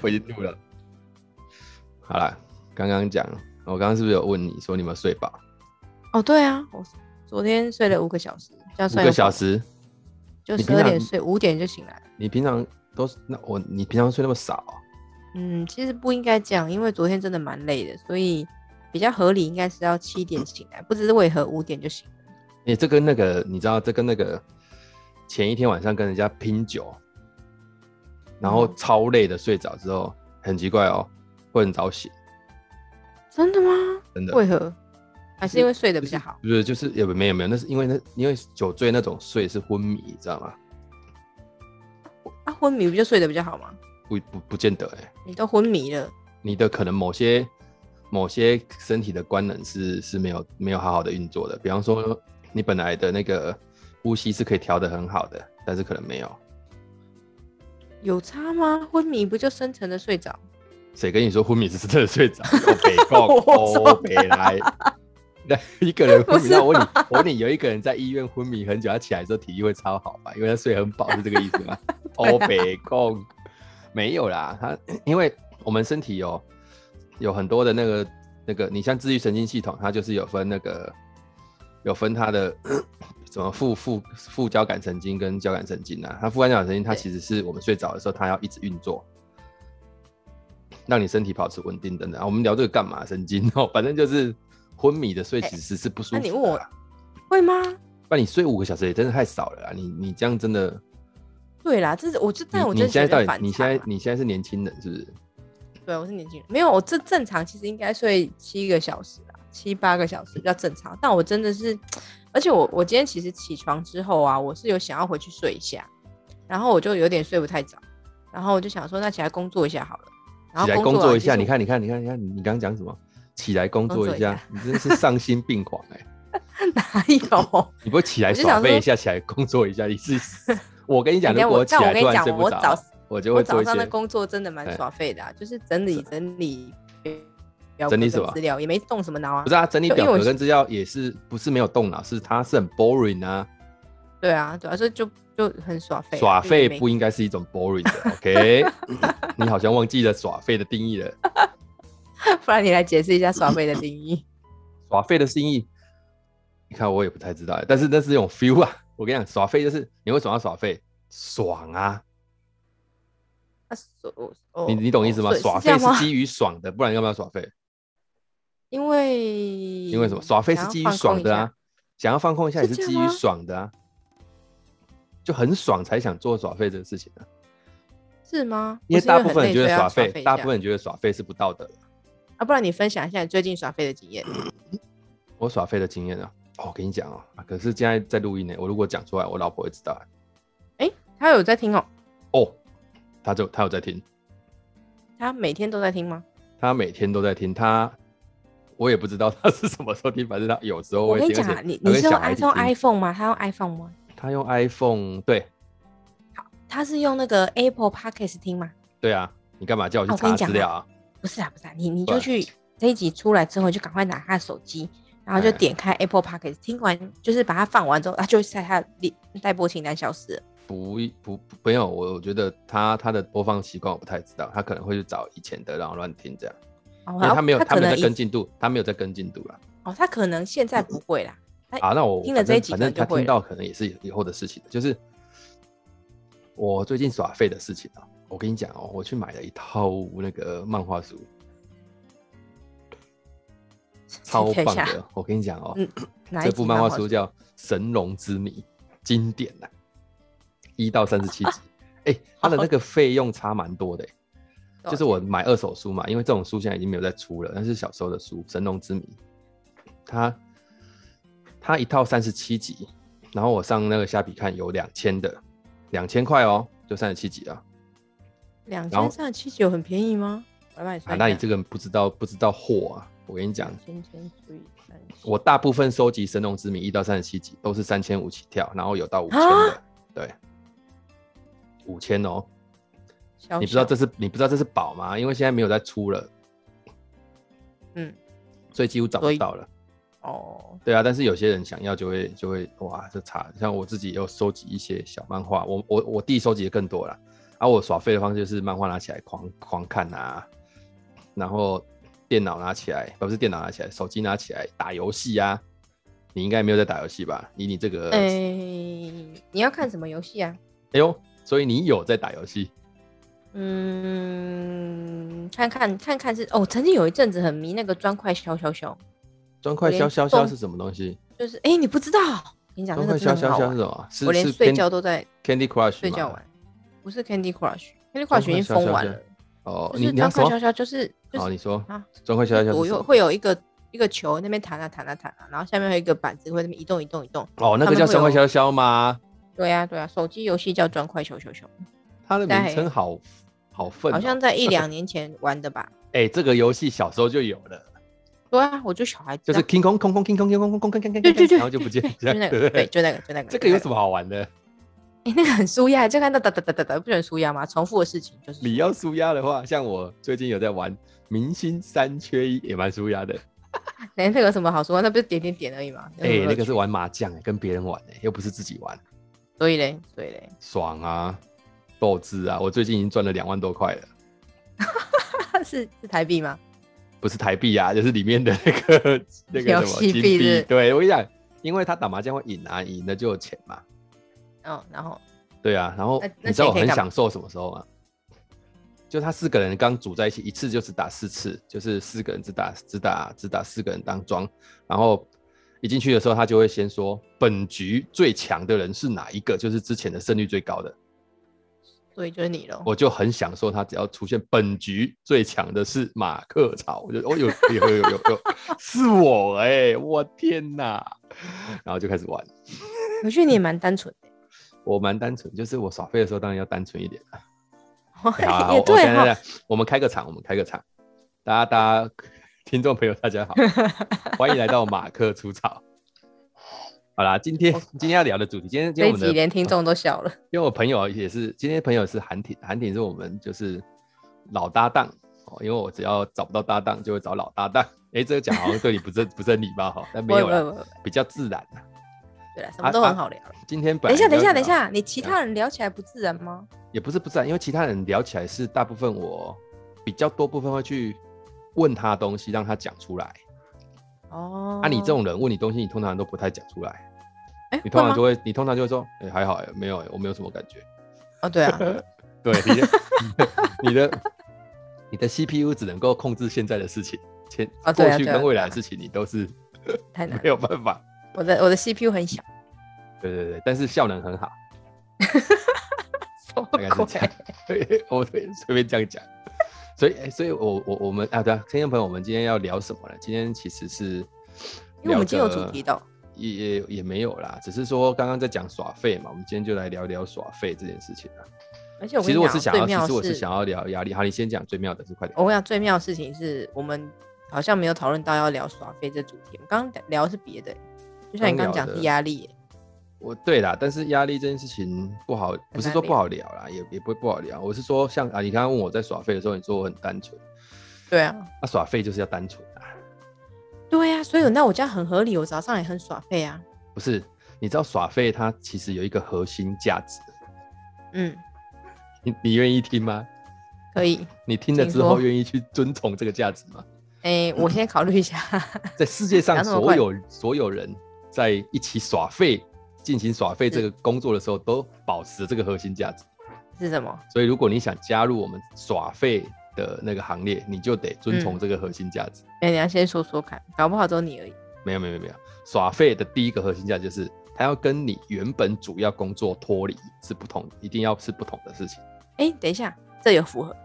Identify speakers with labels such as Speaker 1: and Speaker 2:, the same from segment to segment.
Speaker 1: 我已经录了。好了，刚刚讲，我刚刚是不是有问你说你们睡饱？
Speaker 2: 哦，对啊，我昨天睡了五个小时，这样
Speaker 1: 五
Speaker 2: 算
Speaker 1: 个
Speaker 2: 有
Speaker 1: 小
Speaker 2: 饱，
Speaker 1: 时？
Speaker 2: 就
Speaker 1: 你
Speaker 2: 十
Speaker 1: 平
Speaker 2: 二
Speaker 1: 常
Speaker 2: 点睡，五点就醒来了。
Speaker 1: 你平常都是那我你平常睡那么少哦、
Speaker 2: 嗯，其实不应该这样，因为昨天真的蛮累的，所以比较合理应该是要七点醒来，不知是为何五点就醒了。
Speaker 1: 你、这跟那个你知道，这跟那个前一天晚上跟人家拼酒，然后
Speaker 2: 嗯
Speaker 1: 超累的睡着之后，很奇怪哦，会很早醒，
Speaker 2: 真的吗？
Speaker 1: 真的。
Speaker 2: 为何？还是因为睡得
Speaker 1: 就
Speaker 2: 比
Speaker 1: 是
Speaker 2: 较好？
Speaker 1: 不是，就是也没有没有，那是因为那因为酒醉那种睡是昏迷，你知道吗？
Speaker 2: 啊，昏迷不就睡得比较好吗？
Speaker 1: 不不不见得哎、
Speaker 2: 你都昏迷了，
Speaker 1: 你的可能某些某些身体的官能是是没有没有好好的运作的，比方说你本来的那个呼吸是可以调得很好的，但是可能没有。
Speaker 2: 有差吗？昏迷不就深层的睡着？北
Speaker 1: 谁跟你说昏迷是真的睡着？哦 北
Speaker 2: 我
Speaker 1: 告
Speaker 2: 说
Speaker 1: 欧北来， 那一个人昏迷，
Speaker 2: 不是啊
Speaker 1: 那我问你，我问你，有一个人在医院昏迷很久，他起来之后体力会超好吧？因为他睡很饱，是这个意思吗？欧北共没有啦，他因为我们身体有有很多的那个那个，你像自律神经系统，它就是有分那个有分它的 什么副副副交感神经跟交感神经啊，它副交感神经它
Speaker 2: 对
Speaker 1: 其实是我们睡着的时候，它要一直运作。让你身体保持稳定等等啊，我们聊这个干嘛？神经哦，反正就是昏迷的睡其实是不舒服、
Speaker 2: 哎那
Speaker 1: 的。
Speaker 2: 你问我会吗？
Speaker 1: 那你睡五个小时也真的太少了啦！啊你你这样真的，
Speaker 2: 对啦，这是我这，但我
Speaker 1: 你
Speaker 2: 真
Speaker 1: 你
Speaker 2: 的
Speaker 1: 现在
Speaker 2: 觉
Speaker 1: 到
Speaker 2: 得
Speaker 1: 底
Speaker 2: 反
Speaker 1: 你
Speaker 2: 常
Speaker 1: 现
Speaker 2: 啊
Speaker 1: 在你现在是年轻人是不是？
Speaker 2: 对，我是年轻人，没有，我这正常其实应该睡七个小时啦，七八个小时比较正常。但我真的是，而且我我今天其实起床之后啊，我是有想要回去睡一下，然后我就有点睡不太着，然后我就想说，那起来工作一下好了。然
Speaker 1: 起来
Speaker 2: 后
Speaker 1: 工
Speaker 2: 作
Speaker 1: 作
Speaker 2: 完
Speaker 1: 一下，
Speaker 2: 其实
Speaker 1: 你看你看你看你看，你你刚刚讲什么？起来工
Speaker 2: 工
Speaker 1: 作
Speaker 2: 作
Speaker 1: 一
Speaker 2: 一
Speaker 1: 下，你真的是丧心病狂哎、
Speaker 2: 哪 有？
Speaker 1: 你不会起来
Speaker 2: 我就
Speaker 1: 耍
Speaker 2: 想
Speaker 1: 废
Speaker 2: 说
Speaker 1: 一下，起来工作一下，你 是？我跟你讲，
Speaker 2: 哎等一下
Speaker 1: 如果
Speaker 2: 我
Speaker 1: 起
Speaker 2: 但
Speaker 1: 来
Speaker 2: 我
Speaker 1: 突
Speaker 2: 跟你
Speaker 1: 然
Speaker 2: 讲
Speaker 1: 睡不
Speaker 2: 我
Speaker 1: 着
Speaker 2: 早，
Speaker 1: 我就
Speaker 2: 我
Speaker 1: 会做
Speaker 2: 早
Speaker 1: 一
Speaker 2: 上的
Speaker 1: 些。
Speaker 2: 工作真的蛮
Speaker 1: 哎
Speaker 2: 耍废的、啊，就是整理整理表
Speaker 1: 整理
Speaker 2: 格
Speaker 1: 什
Speaker 2: 跟
Speaker 1: 么
Speaker 2: 资料，也没动什么脑啊
Speaker 1: 不。是啊，整理
Speaker 2: 就因为
Speaker 1: 表格
Speaker 2: 我
Speaker 1: 跟资料也是不是没有动脑，是它是很 boring 啊。
Speaker 2: 对啊，对啊，所以就就很耍废啊、
Speaker 1: 耍
Speaker 2: 就
Speaker 1: 废
Speaker 2: 也没
Speaker 1: 不应该是一种 boring 的 ，OK？你好像忘记了耍废的定义了。
Speaker 2: 不然你来解释一下耍废的定义。
Speaker 1: 耍废的定义，你看我也不太知道，但是那是一种 feel 啊。我跟你讲，耍废就是你为什么要耍废？爽啊！
Speaker 2: 那所哦
Speaker 1: 你你懂意思吗？
Speaker 2: 所以
Speaker 1: 耍
Speaker 2: 是这
Speaker 1: 废
Speaker 2: 样吗
Speaker 1: 是基于爽的，不然要不要耍废？
Speaker 2: 因为
Speaker 1: 因
Speaker 2: 因
Speaker 1: 为什么？耍废是基于爽的啊，，想要放空一下也
Speaker 2: 是
Speaker 1: 是
Speaker 2: 这样
Speaker 1: 基于
Speaker 2: 吗
Speaker 1: 爽的啊，就很爽才想做耍废这个事情啊。
Speaker 2: 是吗？
Speaker 1: 因为
Speaker 2: 不是
Speaker 1: 大部分人
Speaker 2: 很累
Speaker 1: 觉得
Speaker 2: 所以要
Speaker 1: 耍
Speaker 2: 耍
Speaker 1: 废，
Speaker 2: 一
Speaker 1: 大
Speaker 2: 下
Speaker 1: 部分人觉得耍废是不道德的。
Speaker 2: 啊，不然你分享一下你最近耍废的经验。
Speaker 1: 我耍废的经验啊，哦，我跟你讲哦、啊，可是现在在录音呢，我如果讲出来，我老婆会知道啊、
Speaker 2: 哎，他有在听哦，
Speaker 1: 哦，她就她有在听，
Speaker 2: 他每天都在听吗？
Speaker 1: 她每天都在听，她我也不知道她是什么时候听，反正她有时候
Speaker 2: 我
Speaker 1: 会
Speaker 2: 跟你
Speaker 1: 听。
Speaker 2: 讲
Speaker 1: 而
Speaker 2: 啊，
Speaker 1: 且
Speaker 2: 你
Speaker 1: 她
Speaker 2: 你
Speaker 1: 跟
Speaker 2: 是用
Speaker 1: 小孩
Speaker 2: i
Speaker 1: 一起
Speaker 2: 用
Speaker 1: 听
Speaker 2: iPhone 吗？他用 iPhone 吗？
Speaker 1: 她用 iPhone，对
Speaker 2: 他是用那个 Apple Podcast 听吗？
Speaker 1: 对啊，你干嘛叫我去
Speaker 2: 啊我跟
Speaker 1: 查
Speaker 2: 你
Speaker 1: 资
Speaker 2: 讲
Speaker 1: 料啊？
Speaker 2: 不是啊，不是啊，你你
Speaker 1: 对
Speaker 2: 就去这一集出来之后，你就赶快拿他的手机，然后就
Speaker 1: 哎
Speaker 2: 点开 Apple Podcast，听完就是把它放完之后，他就在他的列待播清单消失了。
Speaker 1: 不不不，没有，我我觉得她她的播放习惯我不太知道，她可能会去找以前的然后乱听这样，
Speaker 2: 哦
Speaker 1: 因为
Speaker 2: 然后
Speaker 1: 她没有她没
Speaker 2: 可
Speaker 1: 有
Speaker 2: 能
Speaker 1: 在
Speaker 2: 以
Speaker 1: 跟进度，她没有在跟进度啦。
Speaker 2: 哦，他可能现在不会啦。哎
Speaker 1: 啊，那我
Speaker 2: 听了
Speaker 1: 反
Speaker 2: 这一
Speaker 1: 正
Speaker 2: 集
Speaker 1: 反
Speaker 2: 可
Speaker 1: 正
Speaker 2: 能
Speaker 1: 他
Speaker 2: 就会
Speaker 1: 听
Speaker 2: 了
Speaker 1: 到可能也是以后的事情，就是我最近耍废的事情啊。我跟你讲哦，我去买了一套那个漫画书，超
Speaker 2: 看一
Speaker 1: 棒
Speaker 2: 下
Speaker 1: 的。我跟你讲哦，
Speaker 2: 嗯哪一
Speaker 1: 这
Speaker 2: 集
Speaker 1: 部漫画
Speaker 2: 书
Speaker 1: 书叫《神龙之谜》，经典呐、一到三十七集。哎、它的那个费用差蛮多 的、
Speaker 2: 多少
Speaker 1: 就是我买二手书嘛，因为这种书现在已经没有再出了，那是小时候的书，《神龙之谜》，它它一套三十七集，然后我上那个虾皮看有两千的，两千块哦，就三十七集啊。
Speaker 2: 两
Speaker 1: 然后
Speaker 2: 千三十七九很便宜吗？我来帮你
Speaker 1: 啊，
Speaker 2: 算一下。
Speaker 1: 那你这个不知道不知道货啊！我跟你讲，
Speaker 2: 千千除以三十七，
Speaker 1: 我大部分收集《神龙之谜》一到三十七集都是三千五起跳，然后有到五千
Speaker 2: 啊
Speaker 1: 的，对，五千哦。
Speaker 2: 小
Speaker 1: 你不知道
Speaker 2: 小
Speaker 1: 这是你不知道这是宝吗？因为现在没有再出了，
Speaker 2: 嗯
Speaker 1: 所以几乎找
Speaker 2: 所
Speaker 1: 不
Speaker 2: 以
Speaker 1: 到了。
Speaker 2: 哦
Speaker 1: 对啊，但是有些人想要就会就会哇，就查。像我自己也有收集一些小漫画，我我我弟收集的更多啦。啊，我耍废的方式就是漫画拿起来狂狂看啊，然后电脑拿起来，呃不是电脑拿起来，手机拿起来打游戏啊。你应该没有在打游戏吧？以你这个，
Speaker 2: 哎、
Speaker 1: 哎
Speaker 2: 你要看什么游戏啊？
Speaker 1: 呦，所以你有在打游戏
Speaker 2: 嗯，看看看看是哦，曾经有一阵子很迷那个砖块消消消，
Speaker 1: 砖块
Speaker 2: 我连
Speaker 1: 消消消
Speaker 2: 动
Speaker 1: 是什么东西？
Speaker 2: 就是哎、你不知道，跟你讲
Speaker 1: 砖
Speaker 2: 那
Speaker 1: 块
Speaker 2: 个
Speaker 1: 消
Speaker 2: 真的很
Speaker 1: 消
Speaker 2: 好
Speaker 1: 消
Speaker 2: 玩
Speaker 1: 是什么？啊是
Speaker 2: 我连
Speaker 1: 是
Speaker 2: 睡
Speaker 1: Can-
Speaker 2: 觉都在
Speaker 1: Candy Crush
Speaker 2: 睡觉
Speaker 1: 吗
Speaker 2: 玩，不是 Candy Crush，Candy
Speaker 1: 快
Speaker 2: Crush 已经
Speaker 1: 消
Speaker 2: 封
Speaker 1: 消
Speaker 2: 完
Speaker 1: 消
Speaker 2: 了，
Speaker 1: 哦，
Speaker 2: 就
Speaker 1: 你
Speaker 2: 是
Speaker 1: 你要
Speaker 2: 砖
Speaker 1: 什
Speaker 2: 块
Speaker 1: 么？
Speaker 2: 消消就是就
Speaker 1: 哦，
Speaker 2: 是
Speaker 1: 你说
Speaker 2: 啊
Speaker 1: 砖块消消消
Speaker 2: 我
Speaker 1: 是什
Speaker 2: 又
Speaker 1: 么
Speaker 2: 会有一个一个球那边弹啊弹啊弹啊，然后下面还有一个板子会那么移动移动移动。
Speaker 1: 哦，那
Speaker 2: 他
Speaker 1: 个
Speaker 2: 们
Speaker 1: 叫
Speaker 2: 会
Speaker 1: 砖块
Speaker 2: 有
Speaker 1: 消消吗？
Speaker 2: 对啊对啊，手机游戏叫砖块球球球，
Speaker 1: 它的
Speaker 2: 在
Speaker 1: 名称好好愤哦，
Speaker 2: 好像在 一两年前玩的吧？
Speaker 1: 哎，这个游戏小时候就有了，
Speaker 2: 对啊，我就小孩子
Speaker 1: 就
Speaker 2: 啊，
Speaker 1: 是 king 空空空 king 空 king 空空空空空空，
Speaker 2: 对对对
Speaker 1: 然后就不见了，
Speaker 2: 就
Speaker 1: 对
Speaker 2: 那个
Speaker 1: 不
Speaker 2: 对，
Speaker 1: 对？
Speaker 2: 就那个就那个。
Speaker 1: 这个有什
Speaker 2: 么？
Speaker 1: 么好玩的？
Speaker 2: 哎，那个很舒压，就看到哒哒哒哒哒，不是很舒压吗？重复的事情就是
Speaker 1: 你要舒压的话，像我最近有在玩《明星三缺一》，也蛮舒压的。
Speaker 2: 哎，那个有什么好说？那不是点点点而已嘛。有什么
Speaker 1: 哎，
Speaker 2: 乐
Speaker 1: 那个是
Speaker 2: 趣
Speaker 1: 玩麻将，跟别人玩，又不是自己玩，
Speaker 2: 所以嘞，所以嘞，
Speaker 1: 爽啊，斗智啊！我最近已经赚了两万多块了，
Speaker 2: 是是台币吗？
Speaker 1: 不是台币啊，就是里面的那 个那个
Speaker 2: 游
Speaker 1: 什么
Speaker 2: 戏
Speaker 1: 金
Speaker 2: 币是
Speaker 1: 币。对我跟你讲，因为他打麻将会赢啊，赢了就有钱嘛。
Speaker 2: 嗯，然后
Speaker 1: 对啊，然后
Speaker 2: 那那
Speaker 1: 你知道我
Speaker 2: 钱可以
Speaker 1: 很
Speaker 2: 干
Speaker 1: 享
Speaker 2: 嘛
Speaker 1: 受什么时候吗？就他四个人刚组在一起，一次就只打四次，就是四个人只打只打只打四个人当庄，然后一进去的时候，他就会先说本局最强的人是哪一个，就是之前的胜率最高的，
Speaker 2: 所以就是你喽。
Speaker 1: 我就很享受他只要出现本局最强的是马克草，我就哦有有有有有有是我哎、我天哪，然后就开始玩，
Speaker 2: 我觉得你也蛮单纯的。
Speaker 1: 我蛮单纯，就是我耍废的时候当然要单纯一点。欸好啊，
Speaker 2: 也
Speaker 1: 我我
Speaker 2: 对哦
Speaker 1: 等一下等
Speaker 2: 哈
Speaker 1: 一，下，我们开个场，我们开个场，大家大家听众朋友大家 好，欢迎来到马克出草。好啦，今天今天要聊的主题，今天今
Speaker 2: 这
Speaker 1: 天
Speaker 2: 一
Speaker 1: 我们
Speaker 2: 集
Speaker 1: 的，
Speaker 2: 连听众都笑了。
Speaker 1: 因为我朋友也是，今天朋友是韩挺，韩挺是我们就是老搭档哦，因为我只要找不到搭档，就会找老搭档。哎、这个讲好像对你不是不是很礼貌哈，但没
Speaker 2: 不会
Speaker 1: 有
Speaker 2: 不会
Speaker 1: 啦，
Speaker 2: 不会，
Speaker 1: 比较自然啊。
Speaker 2: 对了，什么都很好聊。
Speaker 1: 今天本
Speaker 2: 等
Speaker 1: 来
Speaker 2: 一下，等一下，
Speaker 1: 要
Speaker 2: 等
Speaker 1: 聊
Speaker 2: 一，下，你其他人聊起来不自然吗？
Speaker 1: 也不是不自然，因为其他人聊起来是大部分我比较多部分会去问他东西，让他讲出来。
Speaker 2: 哦，
Speaker 1: 啊，你这种人问你东西，你通常都不太讲出来，
Speaker 2: 哎，
Speaker 1: 你通常
Speaker 2: 会
Speaker 1: 就
Speaker 2: 吗
Speaker 1: 会，你通常就会说，哎、还好、欸，没有、欸，我没有什么感觉。
Speaker 2: 哦，对啊，
Speaker 1: 对，你的你的你的 CPU 只能够控制现在的事情，前、
Speaker 2: 啊对
Speaker 1: 过
Speaker 2: 啊
Speaker 1: 去
Speaker 2: 对啊啊
Speaker 1: 跟未来
Speaker 2: 对啊
Speaker 1: 的事情，你都是
Speaker 2: 太难
Speaker 1: 没有
Speaker 2: 了。
Speaker 1: 办法。
Speaker 2: 我的我的 CPU 很小，
Speaker 1: 对对对，但是效能很好，
Speaker 2: 什么
Speaker 1: 大 概是这样
Speaker 2: 鬼？。
Speaker 1: 对，我随随便这样讲。所以，哎、所以我我我们啊，对啊，听众朋友，我们今天要聊什么呢？今天其实是
Speaker 2: 因为我们今天有
Speaker 1: 聊
Speaker 2: 主
Speaker 1: 个
Speaker 2: 题的哦，
Speaker 1: 也也也没有啦，只是说刚刚在讲耍废嘛，我们今天就来聊聊耍废这件事情啊。
Speaker 2: 而且我
Speaker 1: 其
Speaker 2: 跟
Speaker 1: 实
Speaker 2: 你
Speaker 1: 我是
Speaker 2: 讲哦，
Speaker 1: 想
Speaker 2: 最
Speaker 1: 要，
Speaker 2: 妙
Speaker 1: 其
Speaker 2: 是
Speaker 1: 实我是想要聊压力。好，你先讲最妙的是快点。
Speaker 2: 我跟你讲，最妙的事情是我们好像没有讨论到要聊耍飞这主题，我们刚刚聊的是别的，就像你刚刚
Speaker 1: 刚聊
Speaker 2: 讲
Speaker 1: 的
Speaker 2: 是压力耶，
Speaker 1: 我对啦，但是压力这件事情不好，不是
Speaker 2: 难
Speaker 1: 说不
Speaker 2: 聊
Speaker 1: 好聊啦，也也不会不好聊。我是说像啊，你刚刚问我在耍废的时候，你说我很单纯，
Speaker 2: 对啊，
Speaker 1: 那、耍废就是要单纯啊，
Speaker 2: 对啊，所以那我这样很合理，我早上也很耍废啊，
Speaker 1: 不是？你知道耍废它其实有一个核心价值，
Speaker 2: 嗯，
Speaker 1: 你你愿意听吗？
Speaker 2: 可以，
Speaker 1: 你听了
Speaker 2: 请
Speaker 1: 之后
Speaker 2: 说
Speaker 1: 愿意去遵从这个价值吗？
Speaker 2: 哎，我先考虑一下，
Speaker 1: 在世界上
Speaker 2: 讲这么
Speaker 1: 所
Speaker 2: 快
Speaker 1: 有所有人在一起耍废、进行耍废这个工作的时候，都保持这个核心价值。
Speaker 2: 是什么？
Speaker 1: 所以，如果你想加入我们耍废的那个行列，你就得遵
Speaker 2: 嗯
Speaker 1: 从这个核心价值。
Speaker 2: 哎，你要先说说看，搞不好只有你而已。
Speaker 1: 没有，没有，没有，耍废的第一个核心价值就是，它要跟你原本主要工作脱离是不同，一定要是不同的事情。
Speaker 2: 哎，等一下，这有符合？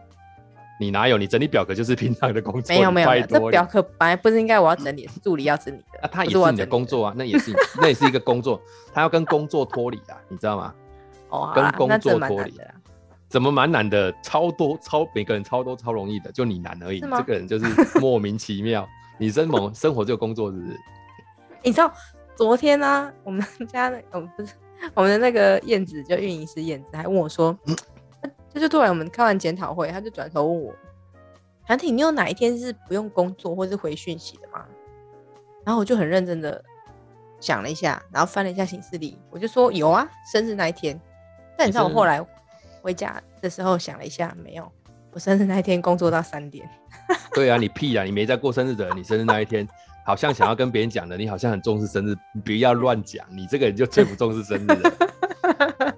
Speaker 1: 你哪有？你整理表格就是平常的工作，
Speaker 2: 没有没有没
Speaker 1: 拜
Speaker 2: 有，这
Speaker 1: 托你
Speaker 2: 表格本来不是应该我要整理，是助理要整理的。
Speaker 1: 那它
Speaker 2: 不
Speaker 1: 也
Speaker 2: 我
Speaker 1: 是
Speaker 2: 要
Speaker 1: 你的
Speaker 2: 整理
Speaker 1: 工作啊，那也是你那也是一个工作，它要跟工作脱离啊，你知道吗？
Speaker 2: 哦，好
Speaker 1: 跟
Speaker 2: 啦
Speaker 1: 工
Speaker 2: 那真
Speaker 1: 作
Speaker 2: 蛮
Speaker 1: 脱
Speaker 2: 难
Speaker 1: 离啊
Speaker 2: 的啦。
Speaker 1: 怎么蛮难的，超多超每个人超多超容易的，就你难而已。
Speaker 2: 是吗
Speaker 1: 这个人就是莫名其妙，你生活生活就工作日，
Speaker 2: 你知道昨天呢、我们家的我们不是我们的那个燕子，就运营师燕子，还问我说，
Speaker 1: 嗯
Speaker 2: 他就突然我们开完检讨会，他就转头问我，韩婷，你有哪一天是不用工作或是回讯息的吗？然后我就很认真的想了一下，然后翻了一下行事历，我就说有啊，生日那一天。但你知道我
Speaker 1: 你
Speaker 2: 后
Speaker 1: 生日
Speaker 2: 来回家的时候想了一下，没有，我生日那一天工作到三点。
Speaker 1: 对啊，你屁啊，你没在过生日的人，你生日那一天好像想要跟别人讲的，你好像很重视生日，你不要乱讲，你这个人就最不重视生日了。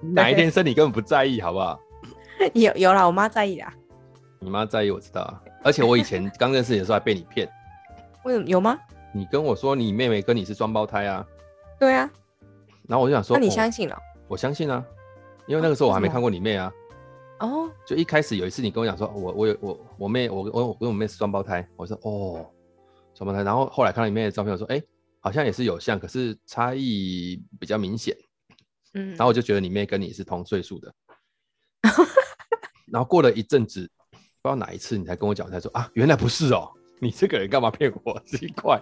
Speaker 1: 哪一天生你根本不在意，好不好？
Speaker 2: 有有啦，我妈在意啦。
Speaker 1: 你妈在意我知道啊，而且我以前刚认识你的时候还被你骗，
Speaker 2: 为什么有吗？
Speaker 1: 你跟我说你妹妹跟你是双胞胎啊，
Speaker 2: 对啊，
Speaker 1: 然后我就想说，
Speaker 2: 那你
Speaker 1: 哦
Speaker 2: 相信了？
Speaker 1: 我相信啊，因为那个时候我还没
Speaker 2: 为什么
Speaker 1: 看过你妹啊。
Speaker 2: 哦，
Speaker 1: 就一开始有一次你跟我讲说，哦我我有我我妹我我我跟我妹是双胞胎，我说哦双胞胎，然后后来看到你妹的照片，我说哎、诶好像也是有像，可是差异比较明显，
Speaker 2: 嗯，
Speaker 1: 然后我就觉得你妹跟你是同岁 数的，然后过了一阵子，不知道哪一次你才跟我讲，才说啊原来不是哦，你这个人干嘛骗我？ 奇怪，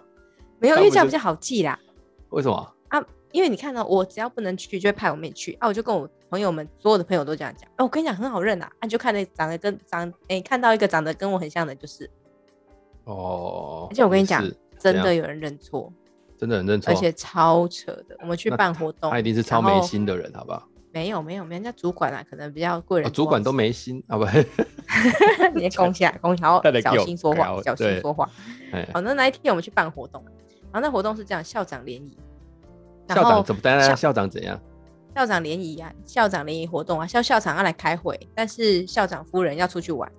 Speaker 2: 没有，
Speaker 1: 那
Speaker 2: 因为
Speaker 1: 我
Speaker 2: 这样
Speaker 1: 就
Speaker 2: 比较好记啦。啊
Speaker 1: 为什么？
Speaker 2: 因为你看到、我只要不能去，就会派我妹去啊。我就跟我朋友们，所有的朋友都这样讲。哎、我跟你讲，很好认啊。啊，你就看那长得跟长，哎、看到一个长得跟我很像的，就是
Speaker 1: 哦，
Speaker 2: 而且我跟你
Speaker 1: 也
Speaker 2: 讲
Speaker 1: 是
Speaker 2: 真
Speaker 1: 怎
Speaker 2: 的有人认错，
Speaker 1: 真的很认错，
Speaker 2: 而且超扯的。我们去
Speaker 1: 那
Speaker 2: 办活动，
Speaker 1: 他一定是超
Speaker 2: 然
Speaker 1: 没
Speaker 2: 后
Speaker 1: 心的人，好不好？
Speaker 2: 没有没有没有，人家主管啊，可能比较贵
Speaker 1: 哦
Speaker 2: 人、
Speaker 1: 主管都，没心 啊，不，
Speaker 2: 你先攻下攻下，
Speaker 1: 带来
Speaker 2: 然后
Speaker 1: 给
Speaker 2: 小
Speaker 1: 我
Speaker 2: 心说
Speaker 1: 搞
Speaker 2: 话，小心
Speaker 1: 对
Speaker 2: 说话。
Speaker 1: 哎
Speaker 2: 好，那那一天我们去办活动，啊然后那活动是这样，校长联谊，然
Speaker 1: 校
Speaker 2: 后
Speaker 1: 长怎么？当然
Speaker 2: 校
Speaker 1: 校长怎样？
Speaker 2: 校长联谊啊，校长联谊活动啊，校校长要来开会，但是校长夫人要出去玩，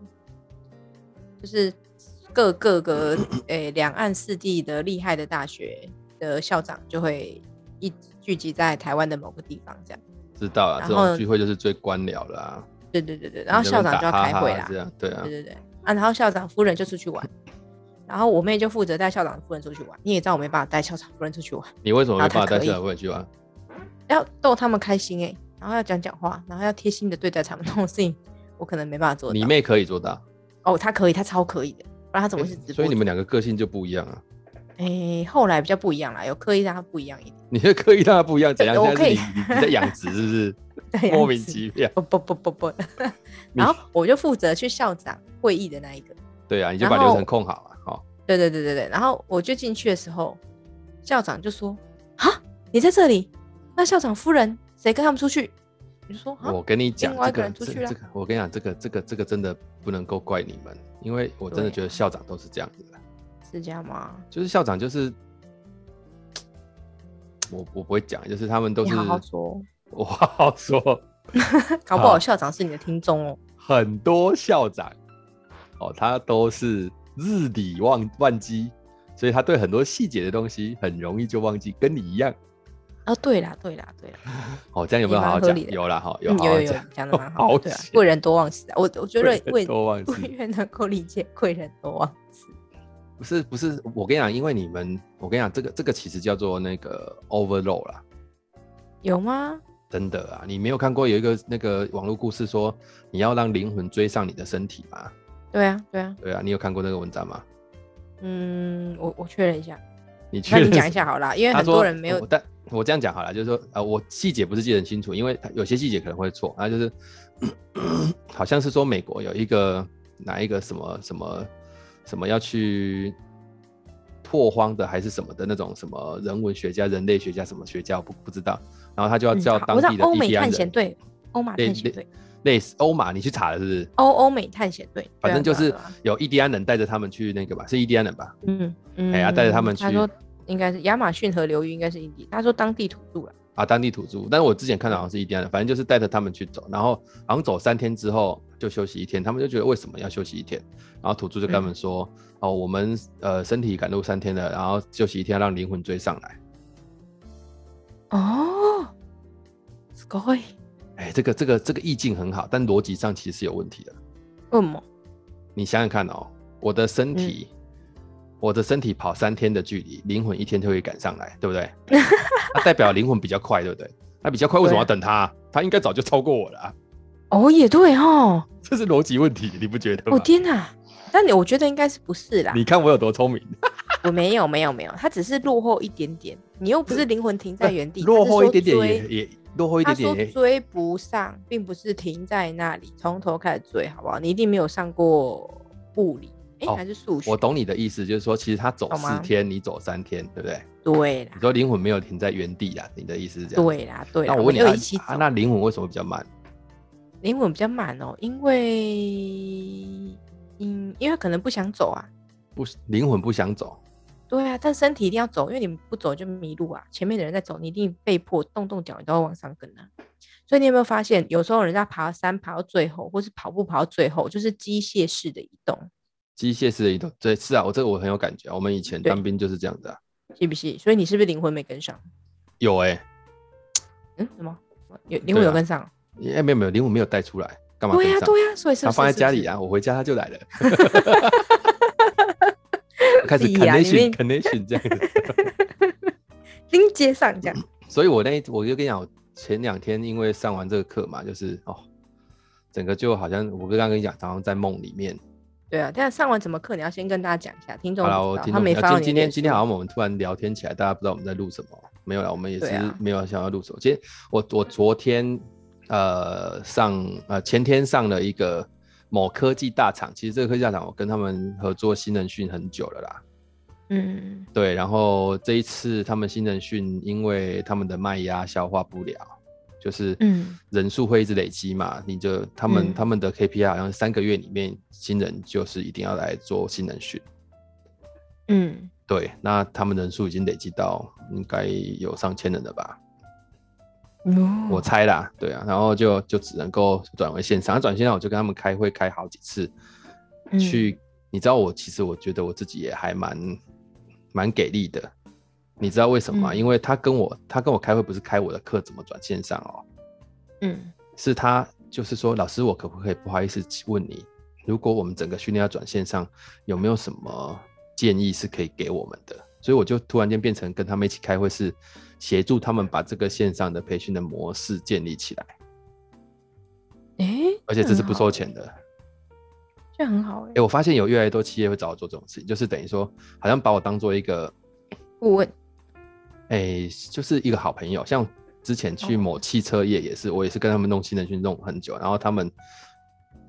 Speaker 2: 就是各各个 诶两、岸四地的厉害的大学的校长就会一聚集在台湾的某个地方，这样。
Speaker 1: 知道啊，
Speaker 2: 然
Speaker 1: 这
Speaker 2: 后
Speaker 1: 种聚会就是最官僚了啊。
Speaker 2: 对对对对，然后
Speaker 1: 你
Speaker 2: 校
Speaker 1: 在那边
Speaker 2: 长就要
Speaker 1: 打
Speaker 2: 开
Speaker 1: 哈哈
Speaker 2: 会啦，
Speaker 1: 这样对啊
Speaker 2: 对，对对啊，然后校长夫人就出去玩，然后我妹就负责带校长夫人出去玩。你也知道我没办法带校长夫人出去玩，
Speaker 1: 你为什么没
Speaker 2: 然
Speaker 1: 办
Speaker 2: 后他
Speaker 1: 法带
Speaker 2: 可以
Speaker 1: 校长会去玩？
Speaker 2: 要逗他们开心哎、然后要讲讲话，然后要贴心的对待他们，这种事情我可能没办法做到。
Speaker 1: 你妹可以做到，
Speaker 2: 哦，他可以，他超可以的，不然他怎么会是直播主？
Speaker 1: 所以你们两个个性就不一样啊。
Speaker 2: 哎、后来比较不一样啦，有刻意让他不一样一点。
Speaker 1: 你是刻意让他不一样，怎样？
Speaker 2: 对
Speaker 1: 现
Speaker 2: 我
Speaker 1: 在是
Speaker 2: 可以
Speaker 1: 你你你在养殖是 不是？
Speaker 2: 对
Speaker 1: 莫名其妙。
Speaker 2: 不不不不不，
Speaker 1: 你
Speaker 2: 然后我就负责去校长会议的那一个。
Speaker 1: 对啊，你就把
Speaker 2: 然
Speaker 1: 流
Speaker 2: 后
Speaker 1: 程控好啊。哦，
Speaker 2: 对对对对对，然后我就进去的时候，校长就说：“哈，你在这里？那校长夫人谁跟他们出去？”你就说：“啊，
Speaker 1: 我跟你讲，
Speaker 2: 另
Speaker 1: 这
Speaker 2: 外一个
Speaker 1: 个
Speaker 2: 人出
Speaker 1: 这
Speaker 2: 去了啊
Speaker 1: 这个，我跟你讲，这个这个这个真的不能够怪你们，因为我真的
Speaker 2: 对啊
Speaker 1: 觉得校长都是这样子的，
Speaker 2: 是这样吗
Speaker 1: 就是校长就是。我我不会讲，就是他们？”都
Speaker 2: 你
Speaker 1: 是
Speaker 2: 好好说，
Speaker 1: 我好好说，
Speaker 2: 搞不好
Speaker 1: 好
Speaker 2: 校长是你的听众哦。
Speaker 1: 很多校长哦，他都是日理忘忘机，所以他对很多细节的东西很容易就忘记，跟你一样。
Speaker 2: 啊，对啦，对啦，对啦，
Speaker 1: 哦，这样有没有
Speaker 2: 也
Speaker 1: 好
Speaker 2: 蛮
Speaker 1: 好
Speaker 2: 合
Speaker 1: 讲
Speaker 2: 理？的
Speaker 1: 有啦，哈、有
Speaker 2: 嗯
Speaker 1: 好
Speaker 2: 有
Speaker 1: 好
Speaker 2: 有有
Speaker 1: 讲，，
Speaker 2: 讲的蛮
Speaker 1: 好
Speaker 2: 好的，对啊
Speaker 1: 险，
Speaker 2: 贵人多忘事啊，我我 觉得贵
Speaker 1: 都忘
Speaker 2: 我
Speaker 1: 记，
Speaker 2: 也能够理解贵人多 忘事。
Speaker 1: 不是不是，我跟你讲，因为你们，我跟你讲，这个这个其实叫做那个 overload 啦，
Speaker 2: 有吗？
Speaker 1: 真的啊，你没有看过有一个那个网络故事说你要让灵魂追上你的身体吗？
Speaker 2: 对啊，对啊，
Speaker 1: 对啊，你有看过那个文章吗？
Speaker 2: 嗯，我我确认一下，
Speaker 1: 你确
Speaker 2: 那你
Speaker 1: 认
Speaker 2: 讲
Speaker 1: 是
Speaker 2: 一下好啦，因为
Speaker 1: 他
Speaker 2: 很
Speaker 1: 说哦
Speaker 2: 多人没有
Speaker 1: 我但我这样讲好了，就是说，呃，我细节不是记得很清楚，因为它有些细节可能会错。那就是 好像是说美国有一个哪一个什么什么什么要去拓荒的，还是什么的那种什么人文学家、人类学家、什么学家，我不不知道。然后他就要
Speaker 2: 嗯
Speaker 1: 叫
Speaker 2: 好
Speaker 1: 当
Speaker 2: 我知
Speaker 1: 地
Speaker 2: 道
Speaker 1: 的
Speaker 2: 欧
Speaker 1: 印
Speaker 2: 美
Speaker 1: 第安
Speaker 2: 探险
Speaker 1: 人，
Speaker 2: 队、欧马
Speaker 1: 对
Speaker 2: 探险
Speaker 1: 对
Speaker 2: 队、
Speaker 1: 类似欧马，你去查了是不是？
Speaker 2: 欧欧美探险队，对啊
Speaker 1: 反正就
Speaker 2: 对
Speaker 1: 是
Speaker 2: 啊对啊
Speaker 1: 有印第安人带着他们去那个吧，是印第安人吧？
Speaker 2: 嗯嗯，
Speaker 1: 哎呀带着他们
Speaker 2: 他
Speaker 1: 去
Speaker 2: 说应该是亚马逊河流域，应该是印第，他说当地土著了。
Speaker 1: 啊，当地土著。但是我之前看到好像是印第安人，反正就是带着他们去走，然后好像走三天之后就休息一天，他们就觉得为什么要休息一天？然后土著就跟他们说：“
Speaker 2: 嗯
Speaker 1: 哦，我们呃身体赶路三天了，然后休息一天，让灵魂追上来。
Speaker 2: 哦，すごい，”
Speaker 1: 哎，这个这个这个意境很好，但逻辑上其实是有问题的。
Speaker 2: 为什么？
Speaker 1: 你想想看哦，我的身体，
Speaker 2: 嗯
Speaker 1: 我的身体跑三天的距离，灵魂一天就会赶上来，对不 对？那代表灵魂比较快，对不对？那比较快，为什么要
Speaker 2: 对
Speaker 1: 等他？他应该早就超过我了、啊，
Speaker 2: 哦，也对哦，
Speaker 1: 这是逻辑问题，你不觉得吗？
Speaker 2: 我天哪！但你我觉得应该是不是啦？
Speaker 1: 你看我有多聪明，
Speaker 2: 我没有没有没有，他只是落后一点点，你又不是灵魂停 在原地，
Speaker 1: 哎落
Speaker 2: 他是
Speaker 1: 后一
Speaker 2: 说
Speaker 1: 点点
Speaker 2: 追
Speaker 1: 也也落后一
Speaker 2: 他
Speaker 1: 点
Speaker 2: 说
Speaker 1: 点也
Speaker 2: 追不上，并不是停在那里，从头开始追，好不好？你一定没有上过物理，哎、
Speaker 1: 哦
Speaker 2: 还是数学？
Speaker 1: 我懂你的意思，就是说，其实他走
Speaker 2: 懂
Speaker 1: 四
Speaker 2: 吗
Speaker 1: 天，你走三天，对不对？
Speaker 2: 对啦
Speaker 1: 你，说灵魂没有停在原地啊？你的意思是这样？。
Speaker 2: 对啦，对啦。
Speaker 1: 那我问你，
Speaker 2: 们
Speaker 1: 啊
Speaker 2: 就一起走，
Speaker 1: 啊那灵魂为什么比较慢？
Speaker 2: 英文比较慢哦，因为嗯，因为可能不想走啊，
Speaker 1: 不灵魂不想走，
Speaker 2: 对啊，但身体一定要走，因为你不走就迷路啊。前面的人在走，你一定被迫动动脚，你都要往上跟啊。所以你有没有发现，有时候人家爬山爬到最后，或是跑步跑到最后，就是机械式的移动，
Speaker 1: 机械式的移动。对，是啊，我这个我很有感觉啊。我们以前
Speaker 2: 对
Speaker 1: 当兵就是这样子啊。
Speaker 2: 是不是？所以你是不是灵魂没跟上？
Speaker 1: 有哎、
Speaker 2: 嗯，什么？有灵魂
Speaker 1: 对啊
Speaker 2: 有跟上？
Speaker 1: 欸，哎没有没有，灵魂没有带出来，干嘛跟
Speaker 2: 对呀、
Speaker 1: 上？
Speaker 2: 对呀、所以是
Speaker 1: 他
Speaker 2: 不是
Speaker 1: 放在家里
Speaker 2: 啊。
Speaker 1: 啊，我回家他就来 了。 开始
Speaker 2: 你呀你
Speaker 1: connection
Speaker 2: 们
Speaker 1: connection 这样子，
Speaker 2: 拎接上这样，
Speaker 1: 所以我那一我就跟你讲，我前两天因为上完这个课嘛，就是哦，整个就好像我不是刚刚跟你讲，常常在梦里面。
Speaker 2: 对啊。但上完什么课，你要先跟大家讲一下，听众
Speaker 1: 好
Speaker 2: 不
Speaker 1: 了，我
Speaker 2: 知道
Speaker 1: 听
Speaker 2: 他
Speaker 1: 众
Speaker 2: 没
Speaker 1: 朋友
Speaker 2: 发到
Speaker 1: 今
Speaker 2: 你
Speaker 1: 今天
Speaker 2: 的脸
Speaker 1: 今天
Speaker 2: 书
Speaker 1: 好像我们突然聊天起来，大家不知道我们在录什么，没有了，我们也
Speaker 2: 对
Speaker 1: 是
Speaker 2: 啊
Speaker 1: 没有想要录什么。今天我我昨天呃上呃前天上了一个某科技大厂，其实这个科技大厂我跟他们合作新人训很久了啦，
Speaker 2: 嗯，
Speaker 1: 对，然后这一次他们新人训，因为他们的卖压消化不了，就是
Speaker 2: 嗯
Speaker 1: 人数会一直累积嘛，你就他们、
Speaker 2: 嗯
Speaker 1: 他们的 KPI 好像三个月里面新人就是一定要来做新人训，
Speaker 2: 嗯，
Speaker 1: 对，那他们人数已经累积到应该有上千人了吧，
Speaker 2: 哦
Speaker 1: 我猜啦，对啊，然后就就只能够转为线上，那转线上我就跟他们开会开好几次，
Speaker 2: 嗯
Speaker 1: 去，你知道我其实我觉得我自己也还蛮蛮给力的，你知道为什么吗？
Speaker 2: 嗯
Speaker 1: 因为他跟我他跟我开会不是开我的课怎么转线上哦，
Speaker 2: 嗯
Speaker 1: 是他就是说老师我可不可以不好意思问你，如果我们整个训练要转线上，有没有什么建议是可以给我们的？所以我就突然间变成跟他们一起开会，是协助他们把这个线上的培训的模式建立起来，
Speaker 2: 诶，
Speaker 1: 而且这是不收
Speaker 2: 错，
Speaker 1: 钱的。
Speaker 2: 这样很好哎、
Speaker 1: 哎、我发现有越来越多企业会找我做这种事情，就是等于说，好像把我当做一个，
Speaker 2: 顾问
Speaker 1: 哎、就是一个好朋友。像之前去
Speaker 2: 哦
Speaker 1: 某汽车业也是，我也是跟他们弄新人训弄很久，然后他们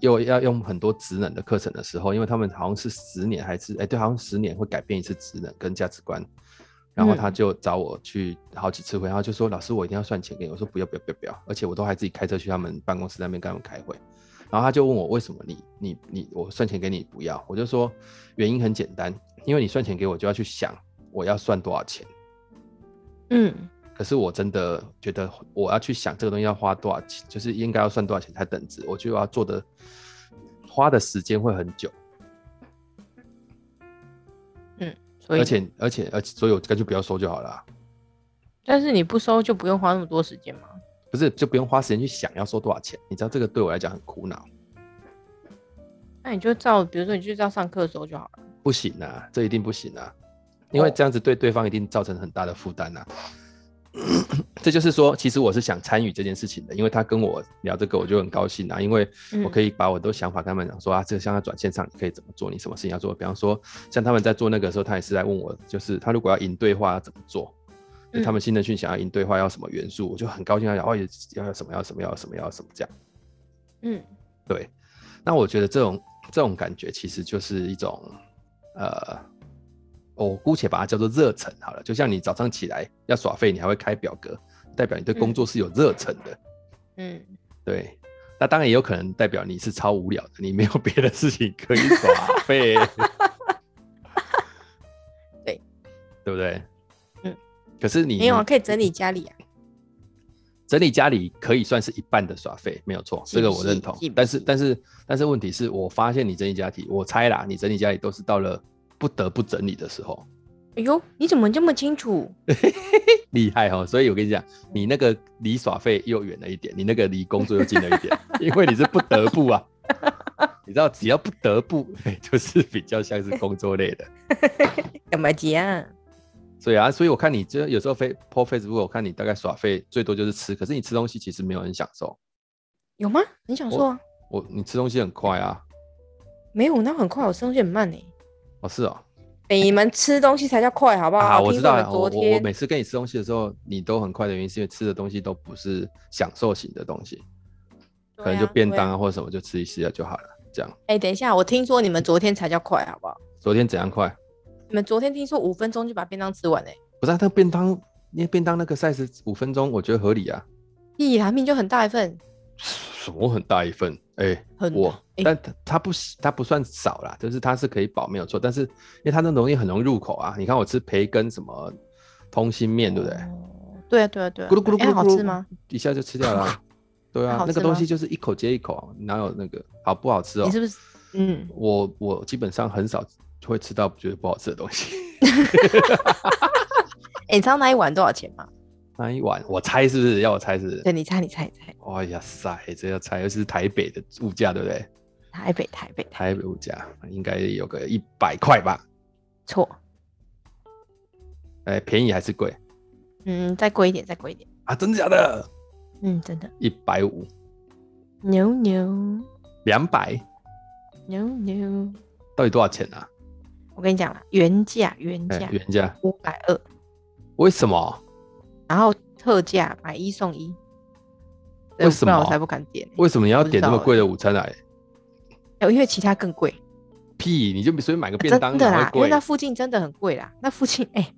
Speaker 1: 又要用很多职能的课程的时候，因为他们好像是十年还是哎、对，好像十年会改变一次职能跟价值观。然后他
Speaker 2: 嗯
Speaker 1: 就找我去好几次会，然后就说：“老师，我一定要算钱给你。”我说：“不要，不要，不要，不要！”而且我都还自己开车去他们办公室那边跟他们开会。然后他就问我为什么你你你我算钱给你不要，我就说原因很简单，因为你算钱给我就要去想我要算多少钱，
Speaker 2: 嗯
Speaker 1: 可是我真的觉得我要去想这个东西要花多少钱，就是应该要算多少钱才等值，我就要做的花的时间会很久，
Speaker 2: 嗯，所以
Speaker 1: 而且而且而且，所以我干脆不要收就好了啊，
Speaker 2: 但是你不收就不用花那么多时间嘛。
Speaker 1: 不是就不用花时间去想要收多少钱，你知道这个对我来讲很苦恼，
Speaker 2: 那你就照，比如说你就照上课收就好了。
Speaker 1: 不行啊，这一定不行啊，因为
Speaker 2: 哦
Speaker 1: 这样子对对方一定造成很大的负担啊。 这就是说，其实我是想参与这件事情的，因为他跟我聊这个，我就很高兴啊，因为我可
Speaker 2: 以，
Speaker 1: 以把我的想法跟他们讲说啊，这个像他转线上，你可以怎么做，你什么事情要做。比方说，像他们在做那个的时候，他也是来问我，就是他如果要赢对话要怎么做，就他们新人训想要赢对话要什么元素，我就很高兴地讲哦，要要什么要什么要什么要什么这样。
Speaker 2: 嗯
Speaker 1: 对，那我觉得这种这种感觉其实就是一种呃，我姑且把它叫做热忱好了。就像你早上起来要耍废，你还会开表格，代表你对工作是有热忱的。
Speaker 2: 嗯，
Speaker 1: 对，那当然也有可能代表你是超无聊的，你没有别的事情可以耍废。
Speaker 2: 对，
Speaker 1: 对不对？
Speaker 2: 嗯。
Speaker 1: 可是你
Speaker 2: 没有啊，可以整理家里啊。
Speaker 1: 整理家里可以算是一半的耍费，没有错，
Speaker 2: 是
Speaker 1: 这个
Speaker 2: 不
Speaker 1: 我
Speaker 2: 是
Speaker 1: 认同
Speaker 2: 是。不
Speaker 1: 但是
Speaker 2: 是
Speaker 1: 但是但是问题是我发现你整理家里，我猜啦，你整理家里都是到了不得不整理的时候，
Speaker 2: 哎呦，你怎么这么清楚？
Speaker 1: 厉害哦。所以我跟你讲，你那个离耍费又远了一点，你那个离工作又近了一点， 因为你是不得不啊。 你知道，只要不得不， 就是比较像是工作类的。
Speaker 2: 干嘛急啊？
Speaker 1: 所以啊，所以我看你这有时候飞 po Facebook，我看你大概耍费最多就是吃，可是你吃东西其实没有很享受。
Speaker 2: 有吗？你想说啊？
Speaker 1: 我你吃东西很快啊，
Speaker 2: 没有，那很快，我吃东西很慢呢、
Speaker 1: 哦是哦，
Speaker 2: 你们吃东西才叫快，好不好？
Speaker 1: 啊，我
Speaker 2: 听
Speaker 1: 知道
Speaker 2: 众们
Speaker 1: 了。我
Speaker 2: 昨
Speaker 1: 我我
Speaker 2: 天
Speaker 1: 每次跟你吃东西的时候，你都很快的原因，是因为吃的东西都不是享受型的东西，
Speaker 2: 对
Speaker 1: 可能
Speaker 2: 啊
Speaker 1: 就便。
Speaker 2: 对
Speaker 1: 当
Speaker 2: 啊
Speaker 1: 啊或者什么就吃一吃就好了。这样，
Speaker 2: 哎、等一下，我听说你们昨天才叫快，好不好？
Speaker 1: 昨天怎样快？
Speaker 2: 你们昨天听说五分钟就把便当吃完哎、
Speaker 1: 不是、啊，那便当，因为便当那个 size 五分钟，我觉得合理啊。
Speaker 2: 咦，韩面就很大一份，
Speaker 1: 什么很大一份？哎、
Speaker 2: 很
Speaker 1: 我，
Speaker 2: 哎
Speaker 1: 但它它不是它不算少啦，就是它是可以保没有错，但是因为它那东西很容易入口啊。你看我吃培根什么通心面，对不对？
Speaker 2: 哦对啊对啊对啊，
Speaker 1: 咕噜咕噜咕噜
Speaker 2: 哎
Speaker 1: 咕噜
Speaker 2: 好吃吗？
Speaker 1: 一下就吃掉了 啊、对啊那
Speaker 2: 好，
Speaker 1: 个
Speaker 2: 吃
Speaker 1: 东
Speaker 2: 吗
Speaker 1: 西就是一口接一口啊，哪有那个好不好吃哦？
Speaker 2: 你是不是？嗯，
Speaker 1: 我我基本上很少会吃到觉得不好吃的东西。
Speaker 2: 哎，你知道那一碗多少钱吗？
Speaker 1: 那一碗我猜是不是？要我猜是不是？
Speaker 2: 对，你猜，你猜，你猜，
Speaker 1: 哎呀塞，这要猜，又是台北的物价，对不对？
Speaker 2: 台北，台北，台
Speaker 1: 台北物价应该有个一百块吧？
Speaker 2: 错，
Speaker 1: 哎、便宜还是贵
Speaker 2: 嗯，再贵一点，再贵一点，
Speaker 1: 啊？真的假的？
Speaker 2: 嗯，真的，
Speaker 1: 一百五、
Speaker 2: 牛牛
Speaker 1: 两百，
Speaker 2: 牛牛，
Speaker 1: 到底多少钱啊？
Speaker 2: 我跟你讲啦，原价原
Speaker 1: 哎、
Speaker 2: 价
Speaker 1: 原价
Speaker 2: 五百二，
Speaker 1: 为什么？
Speaker 2: 然后特价买一送一，对
Speaker 1: 为什
Speaker 2: 不然
Speaker 1: 么
Speaker 2: 我才不敢点欸，
Speaker 1: 为什么你要
Speaker 2: 不知
Speaker 1: 点
Speaker 2: 道欸
Speaker 1: 这么贵的午餐啊来？
Speaker 2: 哎因为其他更贵，
Speaker 1: 屁！你就随便买个便
Speaker 2: 真
Speaker 1: 当
Speaker 2: 的
Speaker 1: 哪
Speaker 2: 啦
Speaker 1: 会，
Speaker 2: 因
Speaker 1: 贵？
Speaker 2: 为那附近真的很贵啦，那附近哎，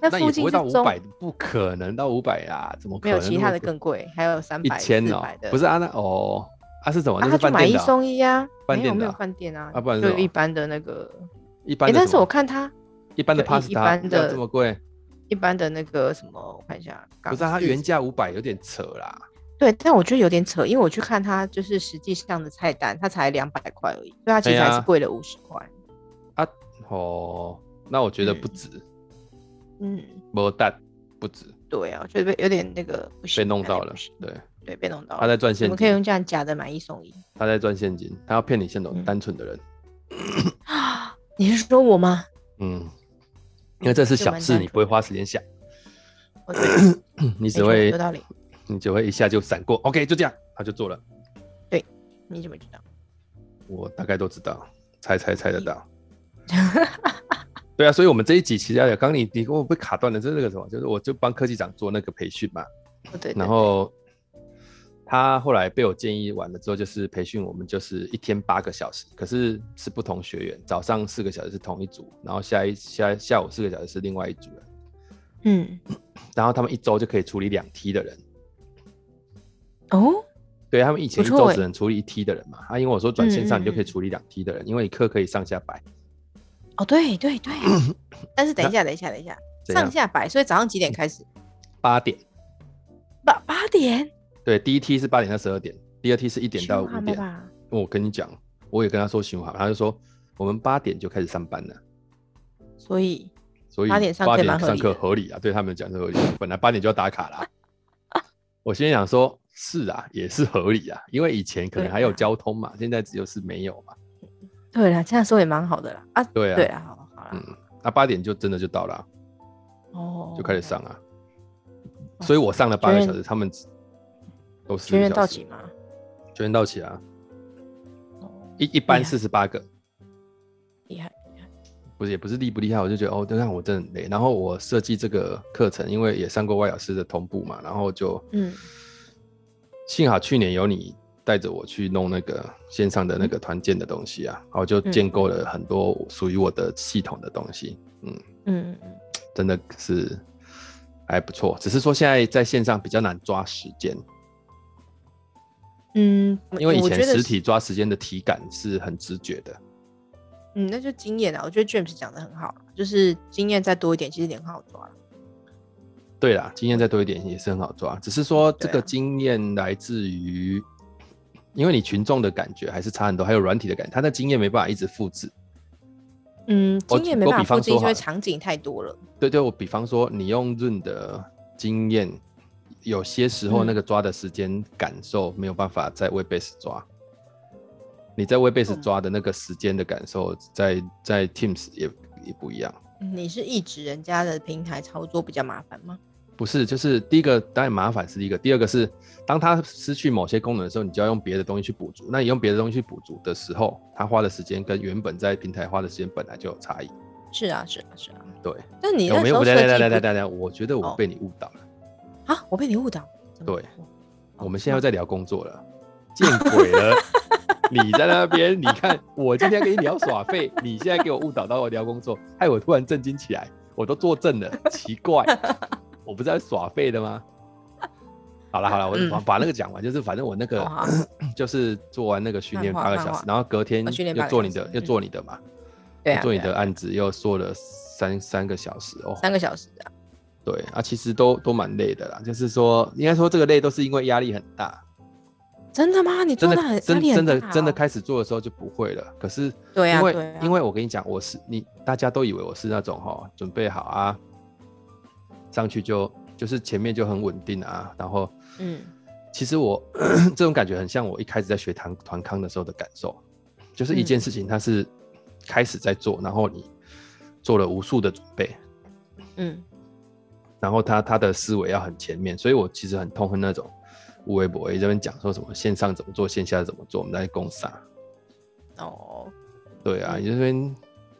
Speaker 2: 那
Speaker 1: 那
Speaker 2: 附
Speaker 1: 也不
Speaker 2: 近
Speaker 1: 会
Speaker 2: 是
Speaker 1: 到五
Speaker 2: 中
Speaker 1: 百，不可能到五百啦，怎么可
Speaker 2: 没
Speaker 1: 能
Speaker 2: 有
Speaker 1: 那么贵？
Speaker 2: 其他的更贵，还有三
Speaker 1: 一
Speaker 2: 百、四
Speaker 1: 千哦
Speaker 2: 百的，，
Speaker 1: 不是啊？那哦，啊是怎么？
Speaker 2: 啊，
Speaker 1: 那
Speaker 2: 他
Speaker 1: 是
Speaker 2: 就
Speaker 1: 饭
Speaker 2: 买
Speaker 1: 店
Speaker 2: 一
Speaker 1: 的啊、
Speaker 2: 送一啊，
Speaker 1: 饭
Speaker 2: 没有
Speaker 1: 店
Speaker 2: 没
Speaker 1: 的
Speaker 2: 有
Speaker 1: 啊
Speaker 2: 饭店啊
Speaker 1: 啊不然是
Speaker 2: 就
Speaker 1: 什么
Speaker 2: 一般的那个，
Speaker 1: 一般
Speaker 2: 哎，
Speaker 1: 的
Speaker 2: 但
Speaker 1: 什
Speaker 2: 是
Speaker 1: 么
Speaker 2: 我看他
Speaker 1: 一般的
Speaker 2: 对一
Speaker 1: pasta
Speaker 2: 一般
Speaker 1: 要
Speaker 2: 的
Speaker 1: 这么贵，
Speaker 2: 一般的那个什么，我看一下，
Speaker 1: 不
Speaker 2: 港
Speaker 1: 是、啊、它
Speaker 2: 式
Speaker 1: 原价五百有点扯啦。
Speaker 2: 对，但我觉得有点扯，因为我去看他就是实际上的菜单，他才两百块而已，所以他其
Speaker 1: 对
Speaker 2: 实还
Speaker 1: 啊
Speaker 2: 是贵了五十块。
Speaker 1: 哦，那我觉得不值，
Speaker 2: 嗯，
Speaker 1: 没蛋不值，
Speaker 2: 对啊，我觉得被有点那个不行，
Speaker 1: 被弄
Speaker 2: 感
Speaker 1: 到
Speaker 2: 觉
Speaker 1: 了
Speaker 2: 不行，
Speaker 1: 对，
Speaker 2: 对，被弄到
Speaker 1: 他
Speaker 2: 了。
Speaker 1: 在赚
Speaker 2: 我
Speaker 1: 现
Speaker 2: 们可以
Speaker 1: 金，
Speaker 2: 用这样假的买一送一
Speaker 1: 他在赚现金，他要骗你现种
Speaker 2: 嗯
Speaker 1: 单纯的人，
Speaker 2: 啊？你是说我吗？
Speaker 1: 嗯，因为这是
Speaker 2: 就
Speaker 1: 小
Speaker 2: 蛮
Speaker 1: 事，
Speaker 2: 单
Speaker 1: 你不会
Speaker 2: 纯
Speaker 1: 花时间想，
Speaker 2: 哦对
Speaker 1: 你只
Speaker 2: 没错
Speaker 1: 会
Speaker 2: 有道理，
Speaker 1: 你只会一下就闪过，OK，就这样，他就做了，
Speaker 2: 你怎么知道？
Speaker 1: 我大概都知道，猜猜猜得到。 对啊，所以我们这一集其实要讲，刚刚你你跟我被卡断了，就是那个什么，就是我就帮科技长做那个培训嘛，
Speaker 2: 哦对，对
Speaker 1: 然后他后来被我建议完了之后，就是培训我们就是一天八个小时，可是是不同学员，早上四个小时是同一组，然后下一下下午四个小时是另外一组人，
Speaker 2: 嗯，
Speaker 1: 然后他们一周就可以处理两梯的人，
Speaker 2: 哦，
Speaker 1: 对他们以前一
Speaker 2: 不错
Speaker 1: 周
Speaker 2: 欸
Speaker 1: 只能处理一梯的人嘛，啊，因为我说转线上
Speaker 2: 嗯嗯
Speaker 1: 你就可以
Speaker 2: 嗯
Speaker 1: 处理两梯的人，因为你课可以上下摆，
Speaker 2: 哦，对 对对，但是等一下，等一下，等一下，
Speaker 1: 怎
Speaker 2: 上
Speaker 1: 样？
Speaker 2: 下摆，所以早上几点开始？
Speaker 1: 八点，
Speaker 2: 八八点，
Speaker 1: 对，第一梯是八点到十二点，第二梯是一点到
Speaker 2: 循环
Speaker 1: 五
Speaker 2: 的
Speaker 1: 点。
Speaker 2: 吧？
Speaker 1: 我跟你讲，我也跟他说循环，他就说我们八点就开始上班了。
Speaker 2: 所以
Speaker 1: 所以
Speaker 2: 八点上
Speaker 1: 八
Speaker 2: 课
Speaker 1: 点
Speaker 2: 蛮合
Speaker 1: 上
Speaker 2: 理
Speaker 1: 课
Speaker 2: 的
Speaker 1: 合理啊，对他们讲是合理。本来八点就要打卡啦， 我心里想说，是啊，也是合理啊，因为以前可能
Speaker 2: 对
Speaker 1: 还有
Speaker 2: 啊
Speaker 1: 交通嘛，现在只有是没有嘛。
Speaker 2: 对啦，这样说也蛮好的啦。啊，
Speaker 1: 嗯对啊，
Speaker 2: 对啦，好好啦，
Speaker 1: 嗯，那八点就真的就到了啊，
Speaker 2: 哦，
Speaker 1: 就开始上啊。
Speaker 2: 哇
Speaker 1: 所以我上了八个
Speaker 2: 学
Speaker 1: 小
Speaker 2: 员
Speaker 1: 时，他们只都是
Speaker 2: 学哦员到齐吗？
Speaker 1: 全员到齐啊，
Speaker 2: 哦，
Speaker 1: 一一班
Speaker 2: 厉害
Speaker 1: 四十八个，
Speaker 2: 厉害，
Speaker 1: 不是也不是厉不厉害，我就觉得哦，对，那我真的很累。然后我设计这个课程，因为也上过外老师的同步嘛，然后就
Speaker 2: 嗯，
Speaker 1: 幸好去年有你带着我去弄那个线上的那
Speaker 2: 嗯
Speaker 1: 个团建的东西啊，然后就建构了很多属于我的系统的东西，
Speaker 2: 嗯嗯
Speaker 1: 真的是还不错。只是说现在在线上比较难抓时间，
Speaker 2: 嗯，嗯
Speaker 1: 因为以
Speaker 2: 我
Speaker 1: 前
Speaker 2: 觉得
Speaker 1: 实
Speaker 2: 是
Speaker 1: 体抓时间的体感是很直觉的。
Speaker 2: 嗯，那就经验啦。我觉得 James 讲的很好，就是经验再多一点，啊其实也很好抓。
Speaker 1: 对啦，经验再多一点也是很好抓，只是说这
Speaker 2: 对
Speaker 1: 个
Speaker 2: 啊
Speaker 1: 经验来自于，因为你群众的感觉还是差很多，还有软体的感觉，他的经验没办法一直复制。
Speaker 2: 嗯，
Speaker 1: 我
Speaker 2: 经验没
Speaker 1: 哦我
Speaker 2: 办
Speaker 1: 比
Speaker 2: 法
Speaker 1: 方
Speaker 2: 复制，
Speaker 1: 说
Speaker 2: 因
Speaker 1: 好
Speaker 2: 为
Speaker 1: 了
Speaker 2: 场景太多了。
Speaker 1: 对对，我比方说你用润的经验，有些时候
Speaker 2: 嗯
Speaker 1: 那个抓的时间感受没有办法在 w e b a s e 抓，你在 w e b a s e
Speaker 2: 嗯
Speaker 1: 抓的那个时间的感受在，在 Teams 也也不一样。
Speaker 2: 你是一指人家的平台操作比较麻烦吗？
Speaker 1: 不是，就是第一个当然麻烦是第一个，第二个是当它失去某些功能的时候，你就要用别的东西去补足。那你用别的东西去补足的时候，它花的时间跟原本在平台花的时间本来就有差异。
Speaker 2: 是啊，是啊，是啊。
Speaker 1: 对，哎
Speaker 2: 但你
Speaker 1: 我
Speaker 2: 那
Speaker 1: 没
Speaker 2: 时
Speaker 1: 有，
Speaker 2: 候
Speaker 1: 等
Speaker 2: 设
Speaker 1: 一下等一下等
Speaker 2: 计
Speaker 1: 一下
Speaker 2: 不
Speaker 1: 等一下，我觉得我
Speaker 2: 哦
Speaker 1: 被你误导了。
Speaker 2: 啊，我被你误导。怎么
Speaker 1: 对
Speaker 2: 哦
Speaker 1: 我们现在又在聊工作了，见鬼了！你在那边，你看我今天跟你聊耍费，你现在给我误导到我聊工作，害我突然震惊起来，我都作证了，奇怪，我不是在耍废的吗？好了好了，我
Speaker 2: 嗯
Speaker 1: 把把那个讲完，就是反正我那个
Speaker 2: 哦好
Speaker 1: 就是做完那个训练
Speaker 2: 漫
Speaker 1: 八个
Speaker 2: 画漫
Speaker 1: 小时
Speaker 2: 画，
Speaker 1: 然后隔天
Speaker 2: 哦训练
Speaker 1: 又
Speaker 2: 八个
Speaker 1: 做你
Speaker 2: 小
Speaker 1: 的
Speaker 2: 时嗯
Speaker 1: 又做你的嘛，
Speaker 2: 对啊，
Speaker 1: 做你
Speaker 2: 对啊
Speaker 1: 的案子又做了三三个小时哦，
Speaker 2: 三个小时啊，
Speaker 1: 对啊，其实都都蛮累的啦，就是说应该说这个累都是因为压力很大，
Speaker 2: 真的吗？你
Speaker 1: 真
Speaker 2: 做的
Speaker 1: 的
Speaker 2: 很
Speaker 1: 真
Speaker 2: 压力很
Speaker 1: 真的
Speaker 2: 大
Speaker 1: 真的
Speaker 2: 哦
Speaker 1: 开始做的时候就不会了。可是
Speaker 2: 对啊
Speaker 1: 因为、
Speaker 2: 对啊
Speaker 1: 因为我跟你讲，我是你大家都以为我是那种哈、准备好啊，上去就就是前面就很稳定啊，然后
Speaker 2: 嗯，
Speaker 1: 其实我 这种感觉很像我一开始在学团团康的时候的感受，就是一
Speaker 2: 嗯
Speaker 1: 件事情它是开始在做，然后你做了无数的准备，
Speaker 2: 嗯
Speaker 1: 然后他他的思维要很前面，所以我其实很痛恨那种无微不微这边讲说什么线上怎么做，线下怎么做，我们在攻杀。
Speaker 2: 哦，
Speaker 1: 对啊，
Speaker 2: 嗯
Speaker 1: 你这边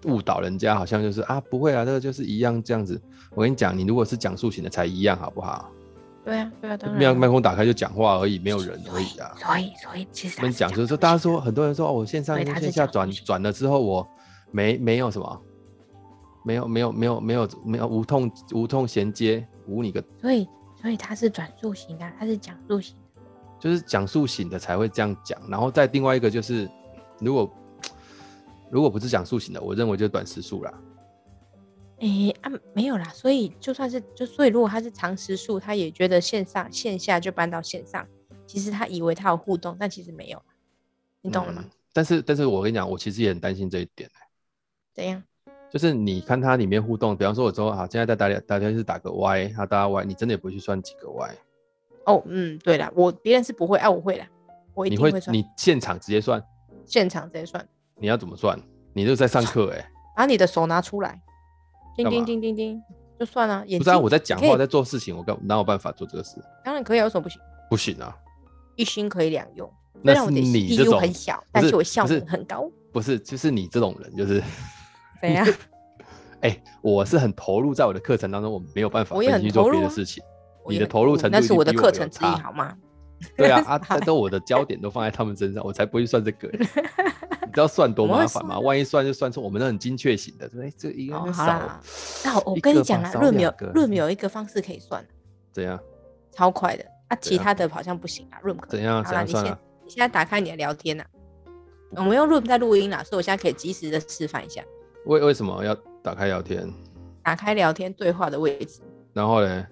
Speaker 1: 误导人家，好像就是啊，不会啊，这个就是一样这样子。我跟你讲，你如果是讲述型的才一样，好不好？
Speaker 2: 对啊对啊，当
Speaker 1: 麦
Speaker 2: 然
Speaker 1: 麦
Speaker 2: 啊。
Speaker 1: 克风打开就讲话而已，没有人而已 啊。
Speaker 2: 所以所以其
Speaker 1: 我
Speaker 2: 实他
Speaker 1: 们
Speaker 2: 是
Speaker 1: 讲就是说，
Speaker 2: 东
Speaker 1: 大家
Speaker 2: 西
Speaker 1: 说很多人说哦，我线上
Speaker 2: 对
Speaker 1: 跟
Speaker 2: 他是
Speaker 1: 线下
Speaker 2: 讲
Speaker 1: 转
Speaker 2: 东西
Speaker 1: 转了之后，我没没有什么，没有没有没有没有没有无痛无痛衔接，无你个
Speaker 2: 的，所以所以他是转述型的啊，他是讲述型的，
Speaker 1: 就是讲述型的才会这样讲，然后再另外一个就是，如果如果不是讲述型的，我认为就是短时数啦。
Speaker 2: 诶、啊，没有啦，所以就算是就所以，如果他是长时数，他也觉得线上线下就搬到线上，其实他以为他有互动，但其实没有，你懂了吗？
Speaker 1: 嗯但是但是我跟你讲，我其实也很担心这一点、
Speaker 2: 怎样？
Speaker 1: 就是你看它里面互动，比方说我说好，现在在打打电是打个 Y，他打 Y，你真的也不会去算几个 Y，
Speaker 2: 哦，嗯，对啦，我别人是不会，哎、我会啦，我一
Speaker 1: 你
Speaker 2: 定
Speaker 1: 会
Speaker 2: 算，
Speaker 1: 你现场直接算，
Speaker 2: 现场直接算，
Speaker 1: 你要怎么算？你就在上课哎、
Speaker 2: 把你的手拿出来，叮
Speaker 1: 干
Speaker 2: 叮
Speaker 1: 嘛
Speaker 2: 叮叮叮，就算了、眼
Speaker 1: 不是啊，
Speaker 2: 睛
Speaker 1: 我在讲
Speaker 2: 你
Speaker 1: 话，
Speaker 2: 可
Speaker 1: 我
Speaker 2: 以
Speaker 1: 在做事情，我干哪有办法做这个事？
Speaker 2: 当然可以啊，有什么不行？
Speaker 1: 不行啊，
Speaker 2: 一心可以两用，虽
Speaker 1: 那
Speaker 2: 然
Speaker 1: 是
Speaker 2: 我的
Speaker 1: 你这
Speaker 2: EQ
Speaker 1: 种
Speaker 2: 很小
Speaker 1: 不，
Speaker 2: 但
Speaker 1: 是
Speaker 2: 是我效
Speaker 1: 不是
Speaker 2: 能很高，
Speaker 1: 不是，就是你这种人，就是
Speaker 2: 怎样？
Speaker 1: 哎、我是很投入在我的课程当中，我没有办法
Speaker 2: 我也
Speaker 1: 分
Speaker 2: 很
Speaker 1: 心去做
Speaker 2: 投
Speaker 1: 别
Speaker 2: 入
Speaker 1: 的
Speaker 2: 啊
Speaker 1: 事情。
Speaker 2: 我
Speaker 1: 你
Speaker 2: 也
Speaker 1: 的
Speaker 2: 很
Speaker 1: 投入
Speaker 2: 酷
Speaker 1: 程
Speaker 2: 那
Speaker 1: 度
Speaker 2: 是
Speaker 1: 一
Speaker 2: 我的
Speaker 1: 定比
Speaker 2: 课
Speaker 1: 我有
Speaker 2: 程之一，
Speaker 1: 差
Speaker 2: 好吗？
Speaker 1: 对啊， 啊，但都我的焦点都放在他们身上，我才不会去算这个。你知道算多
Speaker 2: 我们
Speaker 1: 麻
Speaker 2: 会
Speaker 1: 烦吗？
Speaker 2: 算
Speaker 1: 万一算就算错，我们都很精确型的，说哎，这应该
Speaker 2: 哦
Speaker 1: 就
Speaker 2: 好
Speaker 1: 少
Speaker 2: 啦。那我
Speaker 1: 一
Speaker 2: 我跟你
Speaker 1: 个
Speaker 2: 讲
Speaker 1: 吧
Speaker 2: 啊，
Speaker 1: 少
Speaker 2: 论有
Speaker 1: 两个嗯
Speaker 2: 论有一个方式可以算，
Speaker 1: 怎样？
Speaker 2: 超快的啊，
Speaker 1: 怎
Speaker 2: 其
Speaker 1: 样
Speaker 2: 他的好像不行啊，润可以。
Speaker 1: 怎样
Speaker 2: 好
Speaker 1: 怎
Speaker 2: 啦，
Speaker 1: 样
Speaker 2: 你
Speaker 1: 算
Speaker 2: 先
Speaker 1: 啊嗯
Speaker 2: 你现在打开你的聊天呐，我们用 Room 在录音啦，所以我现在可以及时的示范一下，
Speaker 1: 为为什么要打开聊天？
Speaker 2: 打开聊天对话的位置。
Speaker 1: 然后嘞，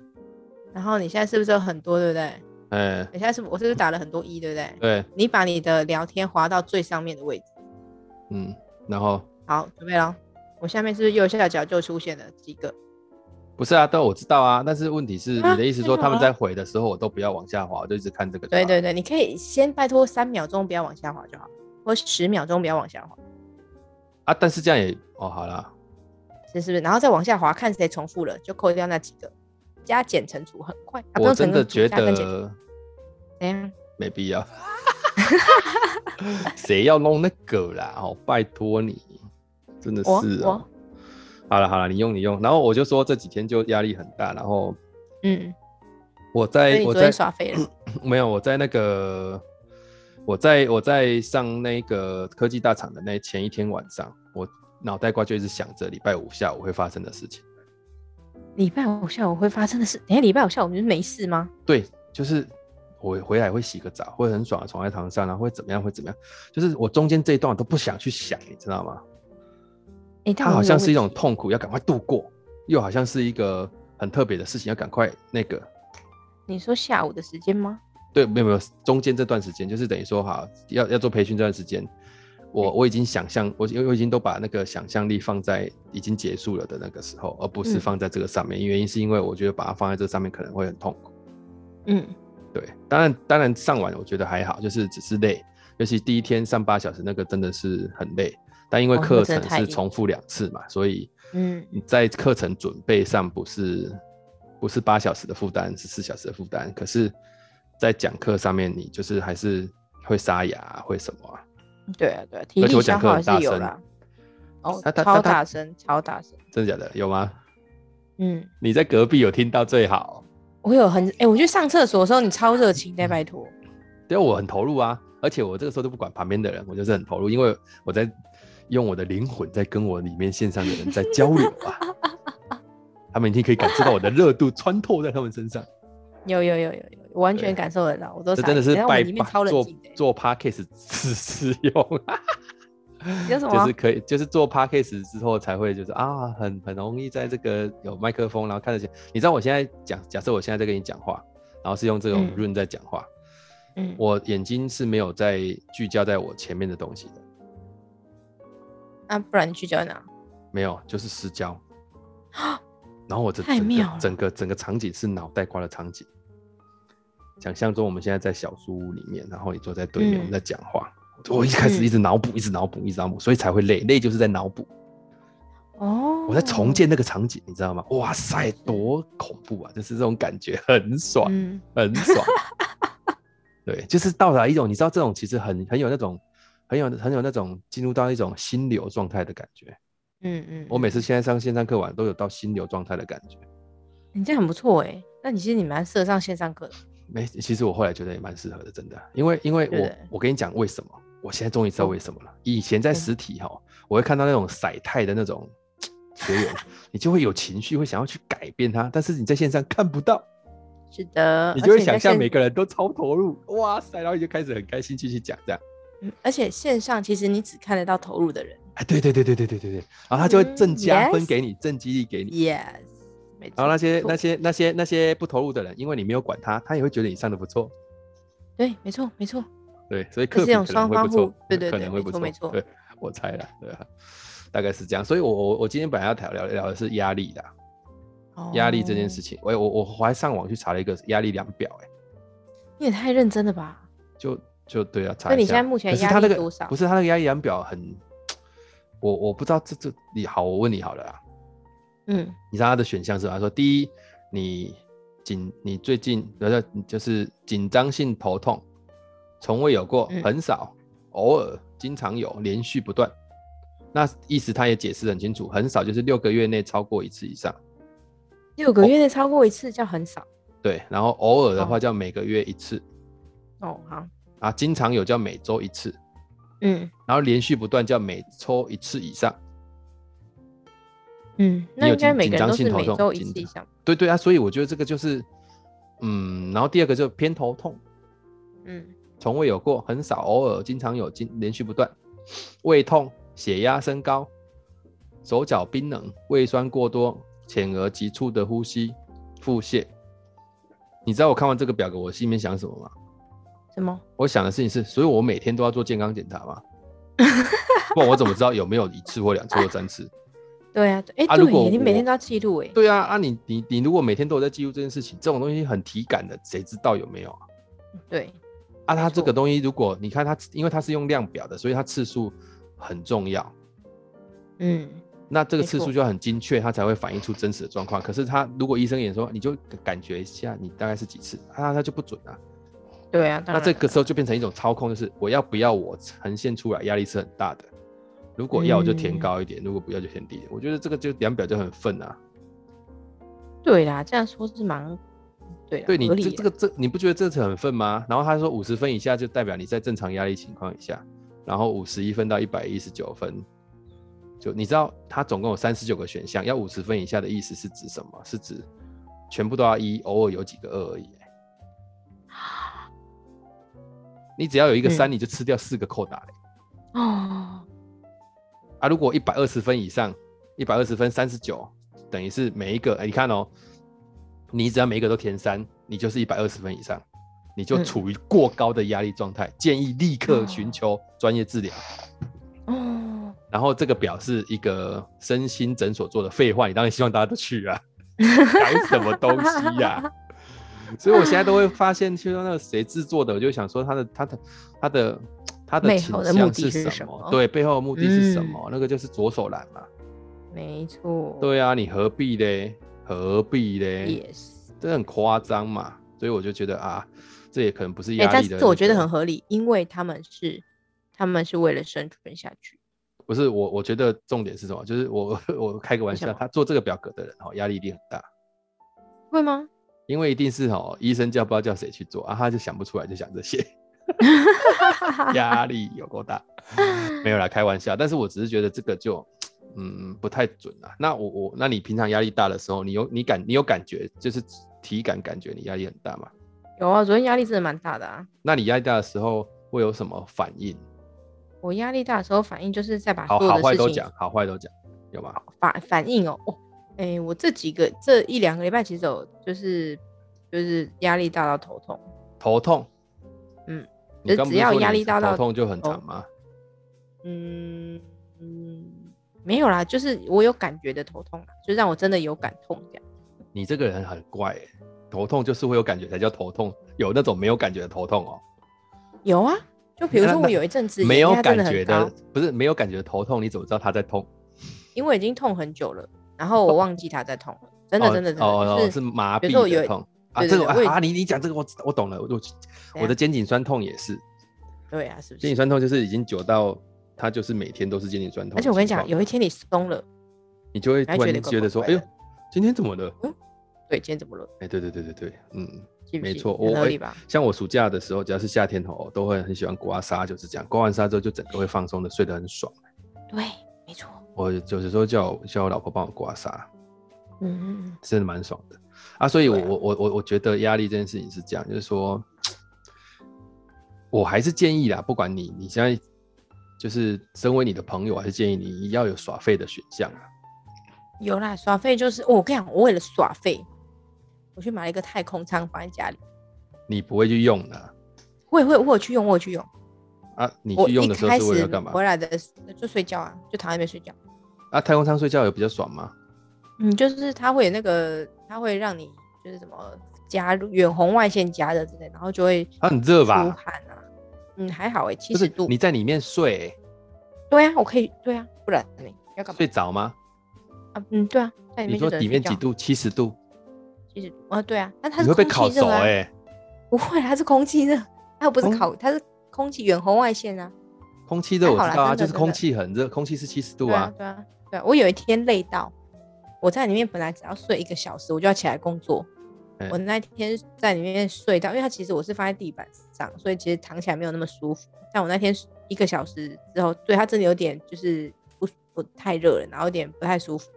Speaker 2: 然后你现在是不是有很多，对不对？
Speaker 1: 哎，
Speaker 2: 你现在是不我是不是打了很多一，对不对？
Speaker 1: 对，
Speaker 2: 你把你的聊天滑到最上面的位置，
Speaker 1: 嗯，然后
Speaker 2: 好，准备咯。我下面是不是右下角就出现了几个？
Speaker 1: 不是啊，但我知道啊，但是问题是，你
Speaker 2: 啊
Speaker 1: 的意思
Speaker 2: 太
Speaker 1: 说
Speaker 2: 好
Speaker 1: 他们
Speaker 2: 了
Speaker 1: 在回的时候，我都不要往下滑，我就一直看这个。
Speaker 2: 对，对对，你可以先拜托三秒钟不要往下滑就好，或十秒钟不要往下滑，
Speaker 1: 啊，但是这样也哦，好啦，
Speaker 2: 啊是是不是？然后再往下滑，看谁重复了就扣掉那几个，加减乘除很快。啊、不
Speaker 1: 我
Speaker 2: 用
Speaker 1: 真
Speaker 2: 乘
Speaker 1: 的
Speaker 2: 跟
Speaker 1: 觉
Speaker 2: 除加跟减嗯除
Speaker 1: 得
Speaker 2: 怎样？
Speaker 1: 没必要。 谁要弄那个啦？哦，拜托你，真的
Speaker 2: 我
Speaker 1: 是哦
Speaker 2: 我。
Speaker 1: 好了好了，你用你用。然后我就说这几天就压力很大，然后
Speaker 2: 嗯，
Speaker 1: 我
Speaker 2: 所以
Speaker 1: 在
Speaker 2: 你
Speaker 1: 哎我
Speaker 2: 昨
Speaker 1: 在
Speaker 2: 天耍废了。
Speaker 1: 没有我在那个我在我在上那个科技大厂的那前一天晚上，我脑袋瓜就一直想着礼拜五下午会发生的事情。
Speaker 2: 礼拜五下午会发生的事，等一下礼拜五下午你是没事吗？
Speaker 1: 对，就是我回来会洗个澡，会很爽的躺在床上，然后会怎么样，会怎么样？就是我中间这一段我都不想去想，你知道吗？
Speaker 2: 哎、但
Speaker 1: 它
Speaker 2: 我
Speaker 1: 好
Speaker 2: 有
Speaker 1: 像
Speaker 2: 个
Speaker 1: 是一
Speaker 2: 问
Speaker 1: 种
Speaker 2: 题，
Speaker 1: 痛苦，要赶快度过，又好像是一个很特别的事情，要赶快那个。
Speaker 2: 你说下午的时间吗？
Speaker 1: 对，没有没有，中间这段时间就是等于说，好要要做培训这段时间，我
Speaker 2: 嗯
Speaker 1: 我已经想象，我我已经都把那个想象力放在已经结束了的那个时候，而不是
Speaker 2: 嗯
Speaker 1: 放在这个上面。原因是因为我觉得把它放在这上面可能会很痛苦。
Speaker 2: 嗯，
Speaker 1: 对，当然当然上完我觉得还好，就是只是累，尤其第一天上八小时那个真的是很累。但因为
Speaker 2: 哦那
Speaker 1: 课
Speaker 2: 个真
Speaker 1: 程
Speaker 2: 的太
Speaker 1: 是
Speaker 2: 硬
Speaker 1: 重复两次嘛，所以
Speaker 2: 嗯
Speaker 1: 你在课程准备上不是不是八小时的负担，是四小时的负担。可是，在讲课上面，你就是还是会沙哑、会什么、啊，
Speaker 2: 对啊对啊，体
Speaker 1: 而且
Speaker 2: 力
Speaker 1: 我讲
Speaker 2: 消
Speaker 1: 课
Speaker 2: 耗还
Speaker 1: 很大
Speaker 2: 是有
Speaker 1: 声
Speaker 2: 啦。哦
Speaker 1: 他他，
Speaker 2: 超
Speaker 1: 他他
Speaker 2: 大声，超大声，
Speaker 1: 真的假的？有吗？
Speaker 2: 嗯。
Speaker 1: 你在隔壁有听到最好，
Speaker 2: 我有很哎、我去上厕所的时候，你超热情的，拜托。
Speaker 1: 对，我很投入啊，而且我这个时候都不管旁边的人，我就是很投入，因为我在用我的灵魂在跟我里面线上的人在 交流啊，他们一定可以感受到我的热度穿透在他们身上。
Speaker 2: 有有有有有，我完
Speaker 1: 对
Speaker 2: 全感受得到，我都
Speaker 1: 这
Speaker 2: 傻
Speaker 1: 真的
Speaker 2: 眼
Speaker 1: 是
Speaker 2: 等一下哎我
Speaker 1: 拜
Speaker 2: 们里面
Speaker 1: 拜
Speaker 2: 超冷
Speaker 1: 做
Speaker 2: 静的欸，
Speaker 1: 做 podcast 只 适用，啊
Speaker 2: 你叫什
Speaker 1: 就
Speaker 2: 么
Speaker 1: 是？可以，就是做 podcast 之后才会，就是啊，很很容易在这个有麦克风，然后看得见。你知道我现在讲，假设我现在在跟你讲话，然后是用这种
Speaker 2: 嗯
Speaker 1: 润在讲话，
Speaker 2: 嗯，
Speaker 1: 我眼睛是没有在聚焦在我前面的东西的，
Speaker 2: 啊，不然你去叫哪？
Speaker 1: 没有，就是失 焦。然后我的
Speaker 2: 太
Speaker 1: 整
Speaker 2: 妙
Speaker 1: 个
Speaker 2: 了
Speaker 1: 整个整个场景是脑袋瓜的场景，想象中我们现在在小书屋里面，然后你坐在对面，
Speaker 2: 嗯
Speaker 1: 我们在讲话。我一开始
Speaker 2: 嗯
Speaker 1: 一直脑补，一直脑补，一直脑补，所以才会累。累就是在脑补，
Speaker 2: 哦，
Speaker 1: 我在重建那个场景，你知道吗？哇塞，多恐怖啊！就是这种感觉，很爽，
Speaker 2: 嗯，
Speaker 1: 很爽。对，就是到达一种，你知道这种其实很很有那种，很有很有那种进入到一种心流状态的感觉。
Speaker 2: 嗯嗯，
Speaker 1: 我每
Speaker 2: 次
Speaker 1: 次现在上线上课晚都有到心流状态的感觉。
Speaker 2: 你这样很不错哎，那你其实你蛮适合上线上课的，
Speaker 1: 没，其实我后来觉得也蛮适合的，真的，因为因为
Speaker 2: 对不对
Speaker 1: 我我跟你讲为什么，我现在终于知道为什么了。以前在
Speaker 2: 嗯
Speaker 1: 实体哈、我会看到那种晒太的那种学员，你就会有情绪，会想要去改变他，但是你在线上看不到，
Speaker 2: 是的，
Speaker 1: 你
Speaker 2: 而
Speaker 1: 就会
Speaker 2: 且在
Speaker 1: 想象
Speaker 2: 线
Speaker 1: 每个人都超投入，哇塞，然后你就开始很开心继续讲这样，
Speaker 2: 嗯而且线上其实你只看得到投入的人
Speaker 1: 哎，对对对对对对对对，然后他就会正
Speaker 2: 嗯
Speaker 1: 加分
Speaker 2: ，yes
Speaker 1: 给你，正激励给你。
Speaker 2: ，yes，没错。
Speaker 1: 然后那些
Speaker 2: 没错
Speaker 1: 那些那些那些不投入的人，因为你没有管他，他也会觉得你上的不错，
Speaker 2: 对，没错没错，
Speaker 1: 对，所以
Speaker 2: 这
Speaker 1: 课
Speaker 2: 是
Speaker 1: 比
Speaker 2: 一种
Speaker 1: 可能
Speaker 2: 双
Speaker 1: 会
Speaker 2: 方
Speaker 1: 不错嗯
Speaker 2: 互，对对
Speaker 1: 可
Speaker 2: 对
Speaker 1: 能会
Speaker 2: 没
Speaker 1: 不
Speaker 2: 错
Speaker 1: 错，
Speaker 2: 没错
Speaker 1: 对，我猜啦，对啊，大概是这样。所以我我我今天本来要聊聊聊的是压力啦，压力这件事
Speaker 2: 哦，
Speaker 1: 情，我我我我还上网去查了一个压力量表、欸，哎，
Speaker 2: 你也太认真了吧？
Speaker 1: 就就对啊，查
Speaker 2: 那
Speaker 1: 一
Speaker 2: 你
Speaker 1: 下
Speaker 2: 现在目前
Speaker 1: 可是
Speaker 2: 压
Speaker 1: 他
Speaker 2: 力
Speaker 1: 那个
Speaker 2: 多少
Speaker 1: 不是他那个压力量表很，我我不知道这这你好，我问你好了啊啦，
Speaker 2: 嗯，
Speaker 1: 你知道他的选项是吧？他说第一，你紧你最近呃就是紧张性头痛，从未有过，
Speaker 2: 嗯
Speaker 1: 很少，偶尔，经常有，连续不断。那意思他也解释得很清楚，很少就是六个月内超过一次以上，
Speaker 2: 六
Speaker 1: 哦
Speaker 2: 个月内超过一次叫很少
Speaker 1: 对。然后偶尔的话
Speaker 2: 哦
Speaker 1: 叫每个月一次，
Speaker 2: 哦，好，
Speaker 1: 啊，经常有叫每周一次，
Speaker 2: 嗯
Speaker 1: 然后连续不断叫每周一次以上。
Speaker 2: 嗯，那
Speaker 1: 你有
Speaker 2: 应该
Speaker 1: 紧
Speaker 2: 每个
Speaker 1: 紧张
Speaker 2: 人都
Speaker 1: 性
Speaker 2: 是
Speaker 1: 头
Speaker 2: 每
Speaker 1: 痛
Speaker 2: 周一
Speaker 1: 紧
Speaker 2: 次以
Speaker 1: 张
Speaker 2: 上，
Speaker 1: 对对啊，所以我觉得这个就是，嗯，然后第二个就是偏头痛，
Speaker 2: 嗯
Speaker 1: 从未有过，很少，偶尔，经常有，经连续不断。胃痛、血压升高、手脚冰冷、胃酸过多、浅而急促的呼吸、腹泻。你知道我看完这个表格，我心里面想什么吗？
Speaker 2: 什么？
Speaker 1: 我想的事情是，所以我每天都要做健康检查 吗？不然我怎么知道有没有一次或两次或三次？
Speaker 2: 对啊，对哎、
Speaker 1: 啊如
Speaker 2: 对
Speaker 1: 果
Speaker 2: 耶，你每
Speaker 1: 我
Speaker 2: 天都要记录哎，
Speaker 1: 对啊，啊你你你如果每天都有在记录这件事情，这种东西很体感的，谁知道有没有啊？
Speaker 2: 对，
Speaker 1: 啊，
Speaker 2: 没
Speaker 1: 它这
Speaker 2: 错
Speaker 1: 个东西，如果你看它，因为它是用量表的，所以它次数很重要。
Speaker 2: 嗯，
Speaker 1: 那这个
Speaker 2: 没
Speaker 1: 次数
Speaker 2: 错
Speaker 1: 就很精确，它才会反映出真实的状况。可是它如果医生也说，你就感觉一下，你大概是几次，啊，那就不准啊。
Speaker 2: 对啊，当
Speaker 1: 那
Speaker 2: 然
Speaker 1: 这
Speaker 2: 了
Speaker 1: 个时候就变成一种操控，就是我要不要我呈现出来，压力是很大的。如果要我就填
Speaker 2: 嗯
Speaker 1: 高一点，如果不要就填低一点。我觉得这个就量表就很愤啊。
Speaker 2: 对啦，这样说是蛮对啦
Speaker 1: 对你
Speaker 2: 啊合理
Speaker 1: 这
Speaker 2: 耶
Speaker 1: 这个这你不觉得这是很愤吗？然后他说五十分以下就代表你在正常压力情况以下，然后五十一分到一百一十九分，就你知道它总共有三十九个选项，要五十分以下的意思是指什么？是指全部都要一，偶尔有几个二而已。欸你只要有一个三、
Speaker 2: 嗯
Speaker 1: 你就吃掉四个扣打嘞
Speaker 2: 哦，
Speaker 1: 啊！如果一百二十分以上，一百二十分三十九，等于是每一个，哎你看哦，你只要每一个都填三，你就是一百二十分以上，你就
Speaker 2: 嗯
Speaker 1: 处于过高的压力状态，建议立刻寻求专业治疗。
Speaker 2: 哦，
Speaker 1: 然后这个表是一个身心诊所做的，废话，你当然希望大家都去 啊，改什么东西呀、 所以我现在都 会发现，就说那个谁制作的，我就想说他的他的他的他的
Speaker 2: 背
Speaker 1: 倾
Speaker 2: 后的目
Speaker 1: 向
Speaker 2: 的是
Speaker 1: 什
Speaker 2: 什
Speaker 1: 么？
Speaker 2: 么嗯
Speaker 1: 对，背后的目的是什么？那个就是左手懒嘛。
Speaker 2: 没错，
Speaker 1: 对啊，你何必嘞？何必嘞？
Speaker 2: ，yes，
Speaker 1: 这很夸张嘛。所以我就觉得啊，这也可能不是
Speaker 2: 哎、
Speaker 1: 压
Speaker 2: 但
Speaker 1: 力的那个、
Speaker 2: 是我觉得很合理，因为他们是他们是为了生存下去，
Speaker 1: 不是我，我觉得重点是什么？就是我 我开个玩
Speaker 2: 为
Speaker 1: 笑，
Speaker 2: 什么
Speaker 1: 他做这个表格的人哦，压力一定很大，
Speaker 2: 会吗？
Speaker 1: 因为一定是哦，医生叫不知道叫谁去做啊，他就想不出来，就想这 些。压力有够大，没有啦，开玩笑。但是我只是觉得这个就嗯不太准啊。那我我那你平常压力大的时候，你有你感你有感觉就是体感感觉你压力很大嘛？
Speaker 2: 有啊，昨天压力真的蛮大的啊。
Speaker 1: 那你压力大的时候会有什么反应？
Speaker 2: 我压力大的时候反应就是在把
Speaker 1: 好
Speaker 2: 啊所有
Speaker 1: 好
Speaker 2: 的
Speaker 1: 坏
Speaker 2: 事
Speaker 1: 都
Speaker 2: 情
Speaker 1: 讲，好坏都讲，有吗？
Speaker 2: 反反应哦，哦，哎、我这几个这一两个礼拜其实有就是就是压力大到头痛，
Speaker 1: 头痛，
Speaker 2: 嗯，
Speaker 1: 你刚不
Speaker 2: 只
Speaker 1: 是
Speaker 2: 要
Speaker 1: 说你
Speaker 2: 压力大到哦
Speaker 1: 头痛就很长
Speaker 2: 头
Speaker 1: 吗？
Speaker 2: 嗯嗯，没有啦，就是我有感觉的头痛啦，就让我真的有感痛这样。
Speaker 1: 你这个人很怪、欸，头痛就是会有感觉才叫头痛，有那种没有感觉的头痛哦、
Speaker 2: 有啊，就比如
Speaker 1: 那
Speaker 2: 说
Speaker 1: 那
Speaker 2: 我有一阵子
Speaker 1: 没
Speaker 2: 眼
Speaker 1: 有
Speaker 2: 压真
Speaker 1: 感
Speaker 2: 的很
Speaker 1: 觉
Speaker 2: 高
Speaker 1: 的，不是没有感觉的头痛，你怎么知道他在痛？
Speaker 2: 因为已经痛很久了，然后我忘记它在痛了，真的
Speaker 1: 哦
Speaker 2: 真的真的、
Speaker 1: 哦
Speaker 2: 就
Speaker 1: 哦
Speaker 2: 是
Speaker 1: 是麻
Speaker 2: 比如说
Speaker 1: 痹
Speaker 2: 我有
Speaker 1: 的
Speaker 2: 一
Speaker 1: 痛啊，
Speaker 2: 对
Speaker 1: 这
Speaker 2: 对
Speaker 1: 个
Speaker 2: 对我有啊
Speaker 1: 啊你你讲这个我知我懂了，我我我的
Speaker 2: 样
Speaker 1: 肩颈酸痛也是，
Speaker 2: 对啊，是不
Speaker 1: 肩
Speaker 2: 是
Speaker 1: 颈？酸痛就是已经久到它就是每天都是肩颈酸痛的情况，
Speaker 2: 而且我跟你讲，有一天你松了，
Speaker 1: 你就会
Speaker 2: 还
Speaker 1: 突然
Speaker 2: 觉
Speaker 1: 间
Speaker 2: 得
Speaker 1: 觉得
Speaker 2: 怪
Speaker 1: 说，
Speaker 2: 怪
Speaker 1: 哎呦
Speaker 2: 的，
Speaker 1: 今天怎么了？
Speaker 2: 对，今天怎么了？
Speaker 1: 哎，对对对对对，嗯。
Speaker 2: 信不
Speaker 1: 没
Speaker 2: 信
Speaker 1: 错
Speaker 2: 很
Speaker 1: 我
Speaker 2: 合
Speaker 1: 会
Speaker 2: 理吧？
Speaker 1: 像我暑假的时候，只要是夏天哦，都会很喜欢刮痧，就是这样。刮完痧之后，就整个会放松的，睡得很爽。
Speaker 2: 对，没错。
Speaker 1: 我有时候叫我叫我老婆帮我刮痧，
Speaker 2: 嗯，嗯
Speaker 1: 真的蛮爽的啊。所以我，
Speaker 2: 对啊
Speaker 1: 我我我我觉得压力这件事情是这样，就是说，我还是建议啦，不管你你现在就是身为你的朋友，我还是建议你要有耍废的选项啊。
Speaker 2: 有啦，耍废就是、哦我跟你讲，我为了耍废，我去买了一个太空舱放在家里。
Speaker 1: 你不会去用的啊
Speaker 2: 我也会，我有去用，我有去用。
Speaker 1: 啊，你
Speaker 2: 我
Speaker 1: 去用
Speaker 2: 一
Speaker 1: 的时候
Speaker 2: 开
Speaker 1: 是为
Speaker 2: 始
Speaker 1: 了干嘛
Speaker 2: 回？来的时候就睡觉啊，就躺在那边睡觉。
Speaker 1: 啊，太空舱睡觉有比较爽吗？
Speaker 2: 嗯，就是它会有那个，它会让你就是什么加入远红外线加热之类，然后就会
Speaker 1: 它很啊热
Speaker 2: 出
Speaker 1: 吧？
Speaker 2: 汗啊。嗯，还好哎、欸，七
Speaker 1: 就
Speaker 2: 十
Speaker 1: 是
Speaker 2: 度。
Speaker 1: 你在里面睡
Speaker 2: 对啊，我可以，对啊，不然你要干嘛
Speaker 1: 睡着吗？
Speaker 2: 啊？嗯，对啊，在里
Speaker 1: 你
Speaker 2: 面
Speaker 1: 说
Speaker 2: 就只能
Speaker 1: 里
Speaker 2: 睡
Speaker 1: 面
Speaker 2: 觉
Speaker 1: 几？度？七十度，
Speaker 2: 七十度啊，对啊，那它
Speaker 1: 你
Speaker 2: 是
Speaker 1: 会被
Speaker 2: 空
Speaker 1: 烤
Speaker 2: 气
Speaker 1: 熟
Speaker 2: 热啊，
Speaker 1: 哎、
Speaker 2: 不会啊，它是空气热，它又不是
Speaker 1: 空
Speaker 2: 烤，它是空气远红外线啊。
Speaker 1: 空气热我
Speaker 2: 还好
Speaker 1: 知道
Speaker 2: 啦
Speaker 1: 啊，就
Speaker 2: 真的
Speaker 1: 是
Speaker 2: 真
Speaker 1: 空
Speaker 2: 的
Speaker 1: 气很热，空气是七十度
Speaker 2: 对
Speaker 1: 啊
Speaker 2: 啊，。对啊，对啊。我有一天累到，我在里面本来只要睡一个小时，我就要起来工作。
Speaker 1: 哎
Speaker 2: 我那天在里面睡到，因为它其实我是放在地板上，所以其实躺起来没有那么舒服。但我那天一个小时之后，对它真的有点就是不不太热了，然后有点不太舒服。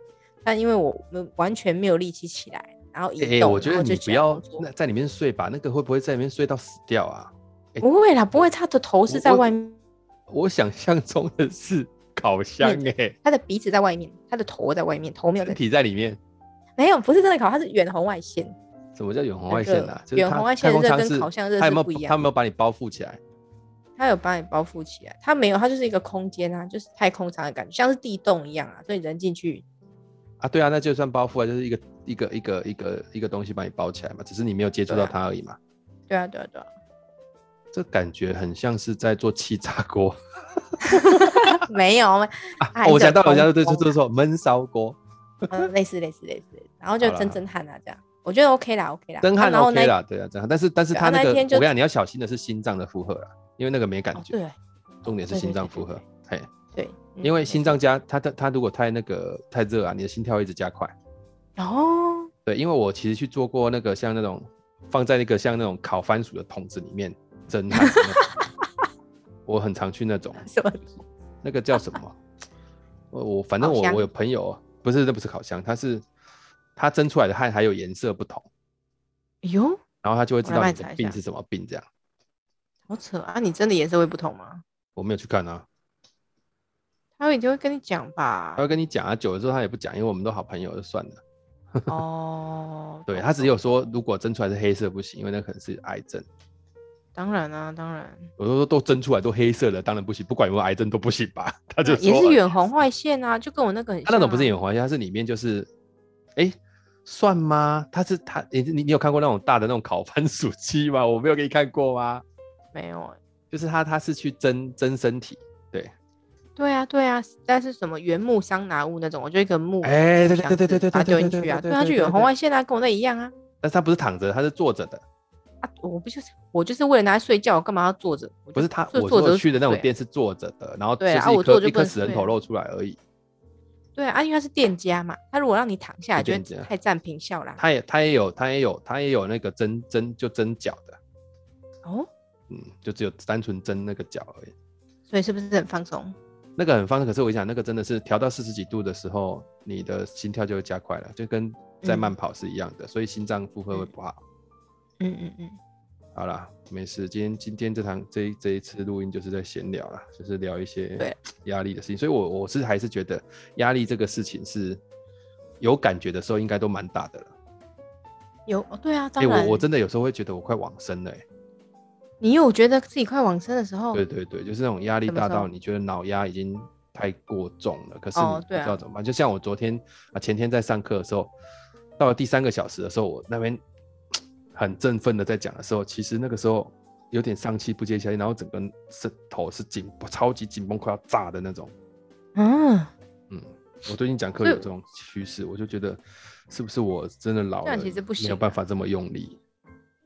Speaker 2: 但因为我们完全没有力气起来，然后移
Speaker 1: 哎、
Speaker 2: 动，
Speaker 1: 我觉
Speaker 2: 啊
Speaker 1: 得
Speaker 2: 然后就
Speaker 1: 你
Speaker 2: 起
Speaker 1: 不
Speaker 2: 来
Speaker 1: 要
Speaker 2: 工作
Speaker 1: 那在里面睡吧，那个会不会在里面睡到死掉啊？哎
Speaker 2: 不会啦，不会，他的头是在
Speaker 1: 我
Speaker 2: 外面，
Speaker 1: 我想象中的是烤箱哎、
Speaker 2: 他的鼻子在外面，他的头在外面，头没有
Speaker 1: 身
Speaker 2: 在，
Speaker 1: 体在里面。
Speaker 2: 没有，不是真的烤，它是远红外线。
Speaker 1: 什么叫远红
Speaker 2: 那
Speaker 1: 外
Speaker 2: 个
Speaker 1: 线啊？就是
Speaker 2: 远
Speaker 1: 它
Speaker 2: 红外
Speaker 1: 太
Speaker 2: 线
Speaker 1: 空
Speaker 2: 热
Speaker 1: 舱
Speaker 2: 跟
Speaker 1: 是
Speaker 2: 烤箱热
Speaker 1: 它有
Speaker 2: 是
Speaker 1: 没有
Speaker 2: 不一
Speaker 1: 它有
Speaker 2: 样
Speaker 1: 没有把你包覆起来？
Speaker 2: 它有把你包覆起来，它没有，它就是一个空间啊，就是太空舱的感觉，像是地洞一样啊，所以人进去，
Speaker 1: 啊，对啊，那就算包覆啊，就是一个一个一个一个一个东西把你包起来嘛，只是你没有接触
Speaker 2: 对
Speaker 1: 到
Speaker 2: 啊
Speaker 1: 它而已嘛。
Speaker 2: 对啊，对啊，对啊，
Speaker 1: 这感觉很像是在做气炸锅
Speaker 2: 没有，它
Speaker 1: 啊！
Speaker 2: 还
Speaker 1: 我
Speaker 2: 是
Speaker 1: 想
Speaker 2: 有
Speaker 1: 到了，我想到对
Speaker 2: 通
Speaker 1: 对
Speaker 2: 风
Speaker 1: 对，说焖烧锅，
Speaker 2: 嗯，类似类似类似，然后就
Speaker 1: 好啦
Speaker 2: 蒸蒸汗啊，这样，我觉得 OK 啦，OK 啦，
Speaker 1: 蒸
Speaker 2: 啊
Speaker 1: 汗
Speaker 2: 然后
Speaker 1: OK
Speaker 2: 那
Speaker 1: 啦，对啊，蒸汗，但是但是
Speaker 2: 对啊
Speaker 1: 它那
Speaker 2: 那
Speaker 1: 个，
Speaker 2: 一
Speaker 1: 我
Speaker 2: 天就
Speaker 1: 跟你讲，你要小心的是心脏的负荷啦，因为那个没感
Speaker 2: 哦
Speaker 1: 觉，
Speaker 2: 对
Speaker 1: 重点是
Speaker 2: 对对
Speaker 1: 心脏
Speaker 2: 对
Speaker 1: 负荷，嘿，
Speaker 2: 对，嗯
Speaker 1: 因为
Speaker 2: 没
Speaker 1: 心
Speaker 2: 错
Speaker 1: 脏加它它它如果太那个太热啊，你的心跳会一直加快。
Speaker 2: 哦，
Speaker 1: 对，因为我其实去做过那个像那种放在那个像那种烤番薯的桶子里面蒸它的那种 我很常去那种，
Speaker 2: 什么
Speaker 1: 那个叫什么？我我反正
Speaker 2: 烤
Speaker 1: 我
Speaker 2: 箱
Speaker 1: 我有朋友，不是那不是烤箱，它是它蒸出来的汗还有颜色不同，
Speaker 2: 哎呦，
Speaker 1: 然后他就会知
Speaker 2: 我来
Speaker 1: 道
Speaker 2: 帮
Speaker 1: 你
Speaker 2: 你查
Speaker 1: 的
Speaker 2: 一
Speaker 1: 病
Speaker 2: 下
Speaker 1: 是什么病这样。
Speaker 2: 好扯啊，你真的颜色会不同吗？
Speaker 1: 我没有去看啊，
Speaker 2: 他一定会跟你讲吧
Speaker 1: 他，会跟你讲啊，久了之后他也不讲，因为我们都好朋友就算了。
Speaker 2: 哦，
Speaker 1: 对
Speaker 2: 懂
Speaker 1: 他只
Speaker 2: 懂
Speaker 1: 有说，如果蒸出来是黑色不行，因为那可能是癌症。
Speaker 2: 当然啊，当然，
Speaker 1: 我就说都蒸出来都黑色的，当然不行，不管有没有癌症都不行吧？他就
Speaker 2: 那啊也
Speaker 1: 说
Speaker 2: 是
Speaker 1: 了
Speaker 2: 远红外线啊，就跟我那个很像
Speaker 1: 它
Speaker 2: 啊，
Speaker 1: 那种不是眼环，它是里面就是，哎，算吗？它是它，你你你有看过那种大的那种烤番薯机吗？我没有给你看过吗？
Speaker 2: 没有欸
Speaker 1: 就是它，它是去蒸蒸身体，对，
Speaker 2: 对啊，对啊，但是什么原木桑拿屋那种，我就一个木，
Speaker 1: 哎对对
Speaker 2: 箱
Speaker 1: 对对
Speaker 2: 子
Speaker 1: 对对
Speaker 2: 把它
Speaker 1: 对
Speaker 2: 哦
Speaker 1: 对
Speaker 2: 丢进
Speaker 1: 对
Speaker 2: 去啊，
Speaker 1: 对
Speaker 2: 对啊，
Speaker 1: 对
Speaker 2: 就
Speaker 1: 对
Speaker 2: 远红
Speaker 1: 对
Speaker 2: 外线啊，跟我那一样啊，
Speaker 1: 但是它不是躺着，它是坐着的，
Speaker 2: 啊，我不就是我就是为了拿来睡觉，我干嘛要坐着？我
Speaker 1: 不是
Speaker 2: 就
Speaker 1: 它
Speaker 2: 坐
Speaker 1: 我
Speaker 2: 坐着
Speaker 1: 说
Speaker 2: 就
Speaker 1: 去的那种
Speaker 2: 睡啊，
Speaker 1: 店是坐着的，然后就
Speaker 2: 对啊啊
Speaker 1: 是一
Speaker 2: 我坐
Speaker 1: 颗
Speaker 2: 着
Speaker 1: 一
Speaker 2: 就不
Speaker 1: 颗
Speaker 2: 能
Speaker 1: 死人
Speaker 2: 睡
Speaker 1: 头
Speaker 2: 啊
Speaker 1: 露出来而已，
Speaker 2: 对啊，因为它是店家嘛，它如果让你躺下来，
Speaker 1: 是
Speaker 2: 就会
Speaker 1: 店家
Speaker 2: 太占平效啦。
Speaker 1: 它也它也有它也有它也有那个蒸蒸就蒸脚的，
Speaker 2: 哦，
Speaker 1: 嗯，就只有单纯蒸那个脚而已。
Speaker 2: 所以是不是很放松？
Speaker 1: 那个很放松。可是我想，那个真的是调到四十几度的时候，你的心跳就会加快了，就跟在慢跑是一样的，所以心脏负荷会不好。
Speaker 2: 嗯嗯嗯，
Speaker 1: 好啦，没事，今天今天这堂这一这一次录音就是在闲聊啦，就是聊一些
Speaker 2: 对
Speaker 1: 压力的事情。所以我我是还是觉得压力这个事情是有感觉的时候，应该都蛮大的了。
Speaker 2: 有哦，对啊，
Speaker 1: 哎、
Speaker 2: 当然，
Speaker 1: 我我真的有时候会觉得我快往生了、欸。
Speaker 2: 你有觉得自己快往生的时候，
Speaker 1: 对对对，就是那种压力
Speaker 2: 怎哦么
Speaker 1: 大
Speaker 2: 说
Speaker 1: 到你觉得脑压已经太过重了，可是你
Speaker 2: 哦
Speaker 1: 不
Speaker 2: 对
Speaker 1: 知道
Speaker 2: 啊
Speaker 1: 怎么办。就像我昨天啊前天在上课的时候，到了第三个小时的时候，我那边很振奋的在讲的时候，其实那个时候有点上气不接下气，然后整个是头是紧超级紧绷，快要炸的那种。
Speaker 2: 嗯，
Speaker 1: 嗯，我最近讲课
Speaker 2: 所
Speaker 1: 有
Speaker 2: 以
Speaker 1: 这种趋势，我就觉得是不是我真的老
Speaker 2: 这
Speaker 1: 了，
Speaker 2: 样其实不
Speaker 1: 没有
Speaker 2: 行
Speaker 1: 办
Speaker 2: 啊
Speaker 1: 法这么用力，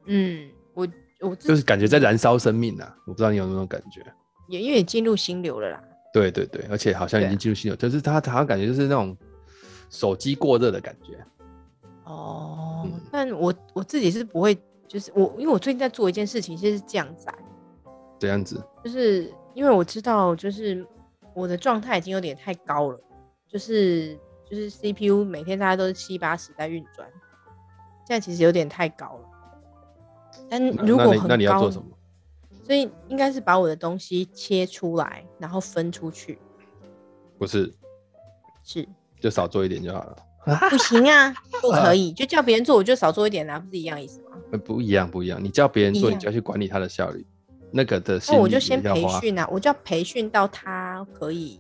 Speaker 2: 嗯，我我自
Speaker 1: 就是感觉在燃烧生命啊！我不知道你有没有那种感觉。
Speaker 2: 也因为也进入心流了啦。
Speaker 1: 对对对，而且好像已
Speaker 2: 对
Speaker 1: 经进入新流，就是他好像感觉就是那种手机过热的感觉。
Speaker 2: 哦，
Speaker 1: 嗯
Speaker 2: 但我我自己是不会，就是我因为我最近在做一件事情，其实是这样子啊，
Speaker 1: 这样子，
Speaker 2: 就是因为我知道，就是我的状态已经有点太高了，就是就是 CPU 每天大家都是七八十在运转，现在其实有点太高了。但
Speaker 1: 那
Speaker 2: 如
Speaker 1: 那
Speaker 2: 果
Speaker 1: 你
Speaker 2: 很
Speaker 1: 那你要
Speaker 2: 高
Speaker 1: 做什么？
Speaker 2: 所以应该是把我的东西切出来，然后分出去，
Speaker 1: 不是
Speaker 2: 是
Speaker 1: 就少做一点就好了？
Speaker 2: 不行啊，不可以，就叫别人做，我就少做一点啦、啊不是一样意思吗？
Speaker 1: 呃不一样，不一样。你叫别人做，
Speaker 2: 一
Speaker 1: 你
Speaker 2: 样
Speaker 1: 就要去管理他的效率，那个的心
Speaker 2: 那
Speaker 1: 力
Speaker 2: 我就先
Speaker 1: 也要
Speaker 2: 培
Speaker 1: 花，
Speaker 2: 训啊，我就要培训到他可以，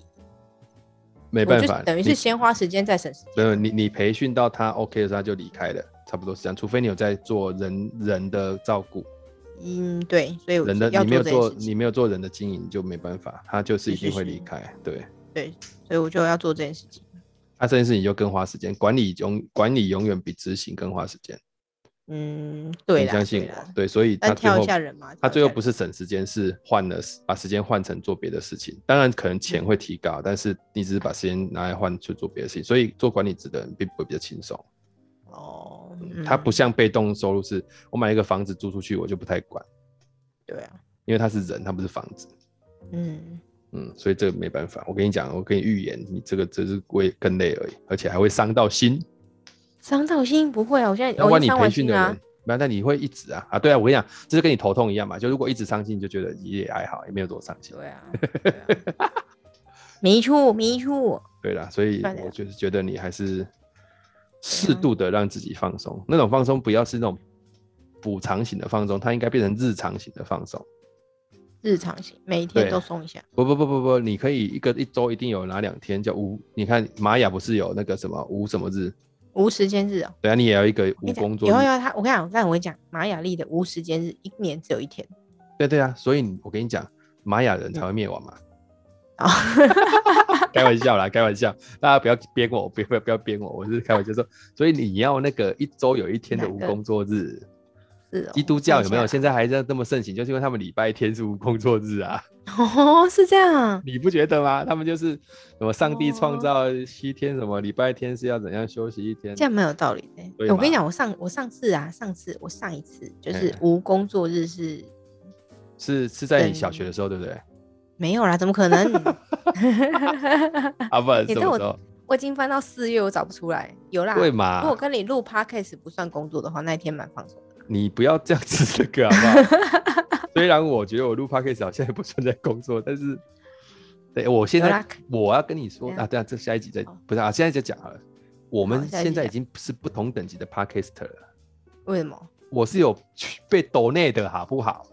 Speaker 1: 没
Speaker 2: 没
Speaker 1: 办法，
Speaker 2: 等于
Speaker 1: 你
Speaker 2: 是先花时间再省时
Speaker 1: 没
Speaker 2: 间。
Speaker 1: 有你你培训到他 OK 的时候他就离开了，差不多是这样。除非你有在做人人的照顾，
Speaker 2: 嗯，对，所以我
Speaker 1: 人
Speaker 2: 就
Speaker 1: 的
Speaker 2: 要
Speaker 1: 你没有
Speaker 2: 这件
Speaker 1: 做
Speaker 2: 事情，
Speaker 1: 你没有做人的经营就没办法，他就是一
Speaker 2: 是
Speaker 1: 定
Speaker 2: 是
Speaker 1: 会
Speaker 2: 是
Speaker 1: 离开。对。
Speaker 2: 所以我就要做这件事情。
Speaker 1: 那、这件事情就更花时间，管理永管理永远比执行更花时间。
Speaker 2: 嗯，对
Speaker 1: 你
Speaker 2: 啦，
Speaker 1: 相信
Speaker 2: 对
Speaker 1: 我
Speaker 2: 啦，
Speaker 1: 对，所以他
Speaker 2: 但
Speaker 1: 最
Speaker 2: 挑
Speaker 1: 后
Speaker 2: 一下人嘛，
Speaker 1: 他最后
Speaker 2: 挑一下
Speaker 1: 不是省时间，是换了把时间换成做别的事情。当然可能
Speaker 2: 嗯
Speaker 1: 钱会提高，但是你只是把时间拿来换去做别的事情，所以做管理职的人并不会比较轻松。
Speaker 2: 人哦，
Speaker 1: 嗯，
Speaker 2: 嗯
Speaker 1: 他不像被动收入是，我买一个房子租出去我就不太管，
Speaker 2: 对啊，
Speaker 1: 因为他是人，他不是房子。
Speaker 2: 嗯，
Speaker 1: 嗯，所以这个没办法，我跟你讲，我跟你预言，你这个只是会更累而已，而且还会伤到心。
Speaker 2: 伤到心不会啊，我现在
Speaker 1: 要
Speaker 2: 我
Speaker 1: 管
Speaker 2: 已
Speaker 1: 你
Speaker 2: 经伤
Speaker 1: 培
Speaker 2: 完
Speaker 1: 训
Speaker 2: 心啊
Speaker 1: 的
Speaker 2: 啦、
Speaker 1: 人，那那你会一直啊啊，对啊，我跟你讲，这就跟你头痛一样嘛，就如果一直伤心，你就觉得也还好，也没有多伤心。
Speaker 2: 对啊，对啊迷处迷处，
Speaker 1: 对啦，所以
Speaker 2: 算了
Speaker 1: 我就是觉得你还是适
Speaker 2: 嗯
Speaker 1: 度的让自己放松，那种放松不要是那种补偿型的放松，它应该变成日常型的放松。
Speaker 2: 日常性每一
Speaker 1: 对
Speaker 2: 天都松一下，
Speaker 1: 不不不不不，你可以一个一周一定有哪两天叫无，你看玛雅不是有那个什么无什么日？
Speaker 2: 无时间日哦。
Speaker 1: 对啊，你也要一个
Speaker 2: 我
Speaker 1: 无
Speaker 2: 跟你
Speaker 1: 工
Speaker 2: 讲
Speaker 1: 作
Speaker 2: 以后
Speaker 1: 日。
Speaker 2: 要他，我跟你讲，但我跟你讲，玛雅历的无时间日一年只有一天
Speaker 1: 对对啊，所以你我跟你讲，玛雅人才会灭亡嘛。
Speaker 2: 啊。
Speaker 1: 开玩笑啦，开玩笑，大家不要编我，不要不要不要编我，我是开玩笑说，所以你要那个一周有一天的
Speaker 2: 哪
Speaker 1: 无
Speaker 2: 个
Speaker 1: 工作日。
Speaker 2: 是哦
Speaker 1: 基督教有没有？现
Speaker 2: 在
Speaker 1: 在还在这么盛行，就是因为他们礼拜天是无工作日啊，
Speaker 2: 哦，是这样啊，
Speaker 1: 你不觉得吗？他们就是什么上帝创
Speaker 2: 哦
Speaker 1: 造七天，什么礼拜天是要怎样休息一天
Speaker 2: 这？样蛮有道理的欸、
Speaker 1: 对
Speaker 2: 欸我跟你
Speaker 1: 嘛
Speaker 2: 讲，我上我上次啊，上次我上一次就是
Speaker 1: 嗯
Speaker 2: 无工作日是
Speaker 1: 是是在你
Speaker 2: 嗯
Speaker 1: 小学的时候，对不对？
Speaker 2: 没有啦，怎么可 能？
Speaker 1: 啊，不然什
Speaker 2: 你对
Speaker 1: 么
Speaker 2: 我
Speaker 1: 时候？
Speaker 2: 我已经翻到四月，我找不出来，有啦。
Speaker 1: 对
Speaker 2: 如果
Speaker 1: 嘛？
Speaker 2: 跟你录 podcast 不算工作的话，那一天蛮放松的。
Speaker 1: 你不要这样子这个好不好？虽然我觉得我录 podcast 好像也不算在工作，但是对我现
Speaker 2: 有
Speaker 1: 在
Speaker 2: 啦
Speaker 1: 我要跟你说
Speaker 2: 怎样
Speaker 1: 啊，对啊，这下一集再
Speaker 2: 好
Speaker 1: 不是啊，现在就讲好了。我们
Speaker 2: 好下一集
Speaker 1: 现在已
Speaker 2: 讲
Speaker 1: 经是不同等级的 podcaster 了，
Speaker 2: 为什么？
Speaker 1: 我是有去被抖内的好不好？